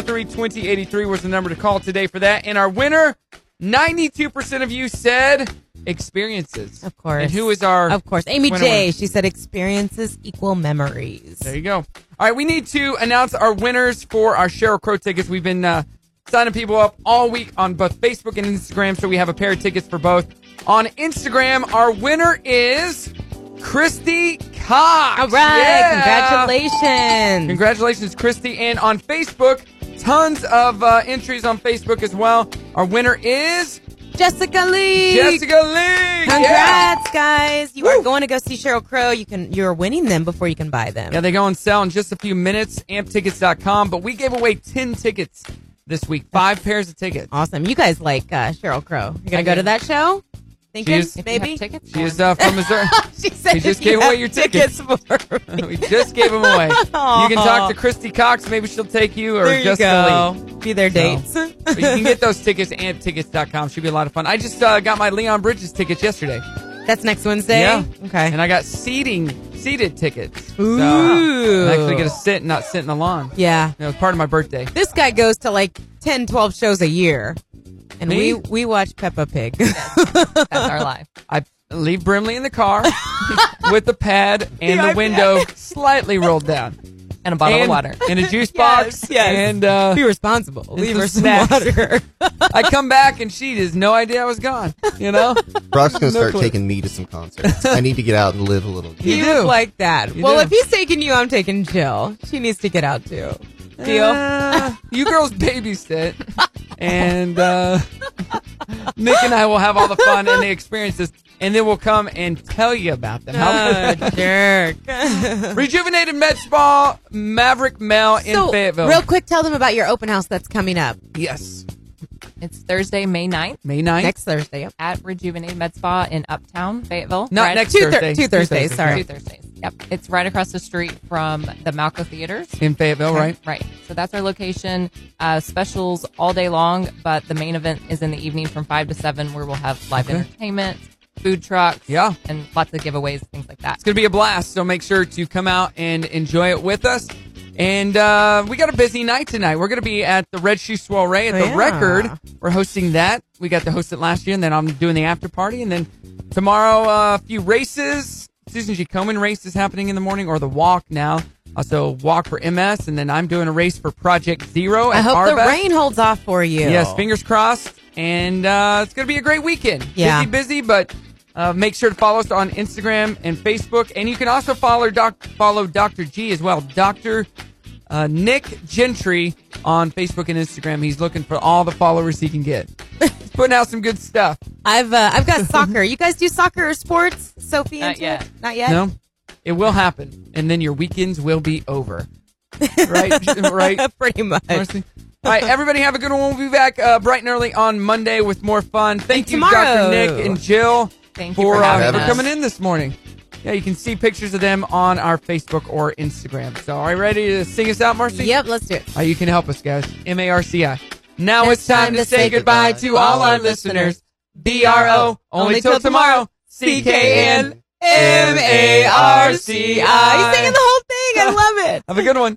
Speaker 1: 303-2083 was the number to call today for that. And our winner, 92% of you said experiences.
Speaker 2: Of course.
Speaker 1: And who is our
Speaker 2: Of course. Amy
Speaker 1: winner
Speaker 2: J.
Speaker 1: winner?
Speaker 2: She said experiences equal memories.
Speaker 1: There you go. All right, we need to announce our winners for our Cheryl Crow tickets. We've been uh, signing people up all week on both Facebook and Instagram, so we have a pair of tickets for both. On Instagram, our winner is Christy Cox.
Speaker 2: All right.
Speaker 1: Yeah.
Speaker 2: Congratulations.
Speaker 1: Congratulations, Christy. And on Facebook, tons of uh, entries on Facebook as well. Our winner is
Speaker 2: Jessica Lee.
Speaker 1: Jessica Lee. Yeah.
Speaker 2: Congrats, guys. You are going to go see Cheryl Crow. You can you're winning them before you can buy them.
Speaker 1: Yeah, they go on sale in just a few minutes. Amptickets.com. But we gave away 10 tickets this week, five pairs of tickets.
Speaker 2: Awesome. You guys like uh, Cheryl Crow. You're
Speaker 1: I
Speaker 2: gonna go
Speaker 1: do.
Speaker 2: to that show? Thinking
Speaker 1: She's- If
Speaker 2: maybe?
Speaker 1: She is uh, from Missouri.
Speaker 2: She said
Speaker 1: We just
Speaker 2: if you
Speaker 1: gave away
Speaker 2: have
Speaker 1: your
Speaker 2: tickets for her.
Speaker 1: we just gave them away. You can talk to Christy Cox. Maybe she'll take you or
Speaker 2: There you
Speaker 1: just
Speaker 2: go.
Speaker 1: Lee.
Speaker 2: Be their dates.
Speaker 1: But you can get those tickets at amptickets.com. Should be a lot of fun. I just uh, got my Leon Bridges tickets yesterday.
Speaker 2: That's next Wednesday.
Speaker 1: Yeah.
Speaker 2: Okay.
Speaker 1: And I got seating, seated tickets.
Speaker 2: Ooh.
Speaker 1: So I actually get to sit and not sit in the lawn.
Speaker 2: Yeah.
Speaker 1: That was part of my birthday.
Speaker 2: This guy goes to like 10, 12 shows a year. And
Speaker 1: Me?
Speaker 2: we we watch Peppa Pig.
Speaker 10: That's our life.
Speaker 1: I leave Brimley in the car with the pad and
Speaker 2: Yeah, I-
Speaker 1: the window slightly rolled down.
Speaker 10: And a bottle
Speaker 1: and,
Speaker 10: of water.
Speaker 1: And a juice box.
Speaker 2: Yes, yes.
Speaker 1: And uh,
Speaker 2: Be responsible. Leave
Speaker 1: some
Speaker 2: her some
Speaker 1: snacks.
Speaker 2: water.
Speaker 1: I come back and she has no idea I was gone. You know?
Speaker 8: Brock's going to
Speaker 1: No
Speaker 8: start
Speaker 1: clue.
Speaker 8: taking me to some concerts. I need to get out and live a little.
Speaker 2: He
Speaker 1: You
Speaker 2: was
Speaker 1: do.
Speaker 2: like that.
Speaker 1: You
Speaker 2: well,
Speaker 1: do.
Speaker 2: if he's taking you, I'm taking Jill. She needs to get out too. Deal.
Speaker 1: Uh, you girls babysit, and uh, Nick and I will have all the fun and the experiences, and then we'll come and tell you about them. How-
Speaker 2: Uh, jerk.
Speaker 1: Rejuvenated Med Spa, Maverick Mel in
Speaker 2: so,
Speaker 1: Fayetteville.
Speaker 2: real quick, tell them about your open house that's coming up
Speaker 1: yes,
Speaker 10: It's Thursday, May 9th
Speaker 1: May 9th.
Speaker 2: next Thursday. Yep.
Speaker 10: at Rejuvenate Med Spa in Uptown Fayetteville.
Speaker 1: Not
Speaker 10: Right-
Speaker 1: next
Speaker 2: Two thir-
Speaker 1: Thursday.
Speaker 2: two Thursdays, sorry.
Speaker 10: Two Thursdays. Yep. It's right across the street from the Malco Theaters.
Speaker 1: In Fayetteville, right?
Speaker 10: Right. So that's our location. Uh, specials all day long, but the main event is in the evening from 5 to 7 where we'll have live entertainment, food trucks,
Speaker 1: Yeah.
Speaker 10: and lots of giveaways, things like that.
Speaker 1: It's going to be a blast, so make sure to come out and enjoy it with us. And uh, we got a busy night tonight. We're going to be at the Red Shoe Soiree at
Speaker 2: Oh,
Speaker 1: the
Speaker 2: yeah.
Speaker 1: Record. We're hosting that. We got to host it last year, and then I'm doing the after party. And then tomorrow, uh, a few races. Susan G. Komen race is happening in the morning, or the walk now. Also, walk for MS, and then I'm doing a race for Project Zero. At
Speaker 2: I hope the
Speaker 1: Arvest.
Speaker 2: rain holds off for you.
Speaker 1: Yes, fingers crossed. And uh, it's going to be a great weekend.
Speaker 2: Yeah.
Speaker 1: Busy, busy, but uh, make sure to follow us on Instagram and Facebook. And you can also follow, doc- follow Dr. G as well. Dr. Uh, Nick Gentry on Facebook and Instagram. He's looking for all the followers he can get. He's putting out some good stuff.
Speaker 2: I've uh, I've got soccer. You guys do soccer or sports? Sophie,
Speaker 10: Not
Speaker 2: into
Speaker 10: yet.
Speaker 2: it? Not yet.
Speaker 1: No? It will happen. And then your weekends will be over. Right? right?
Speaker 2: Pretty much.
Speaker 1: Marcy? All right, everybody have a good one. We'll be back uh, bright and early on Monday with more fun. Thank
Speaker 2: And
Speaker 1: you, Dr.
Speaker 2: tomorrow.
Speaker 1: Nick and Jill,
Speaker 10: Thank you
Speaker 1: for,
Speaker 10: for
Speaker 1: uh,
Speaker 10: having
Speaker 1: for
Speaker 10: us.
Speaker 1: coming in this morning. Yeah, you can see pictures of them on our Facebook or Instagram. So, are you ready to sing us out, Marcy?
Speaker 2: Yep, let's do it.
Speaker 1: Uh, you can help us, guys. M A R C I. Now it's,
Speaker 2: It's
Speaker 1: time, to say goodbye to all our listeners. B R O, only till tomorrow. C K N M A R C I.
Speaker 2: He's singing the whole thing. I love it.
Speaker 1: Have a good one.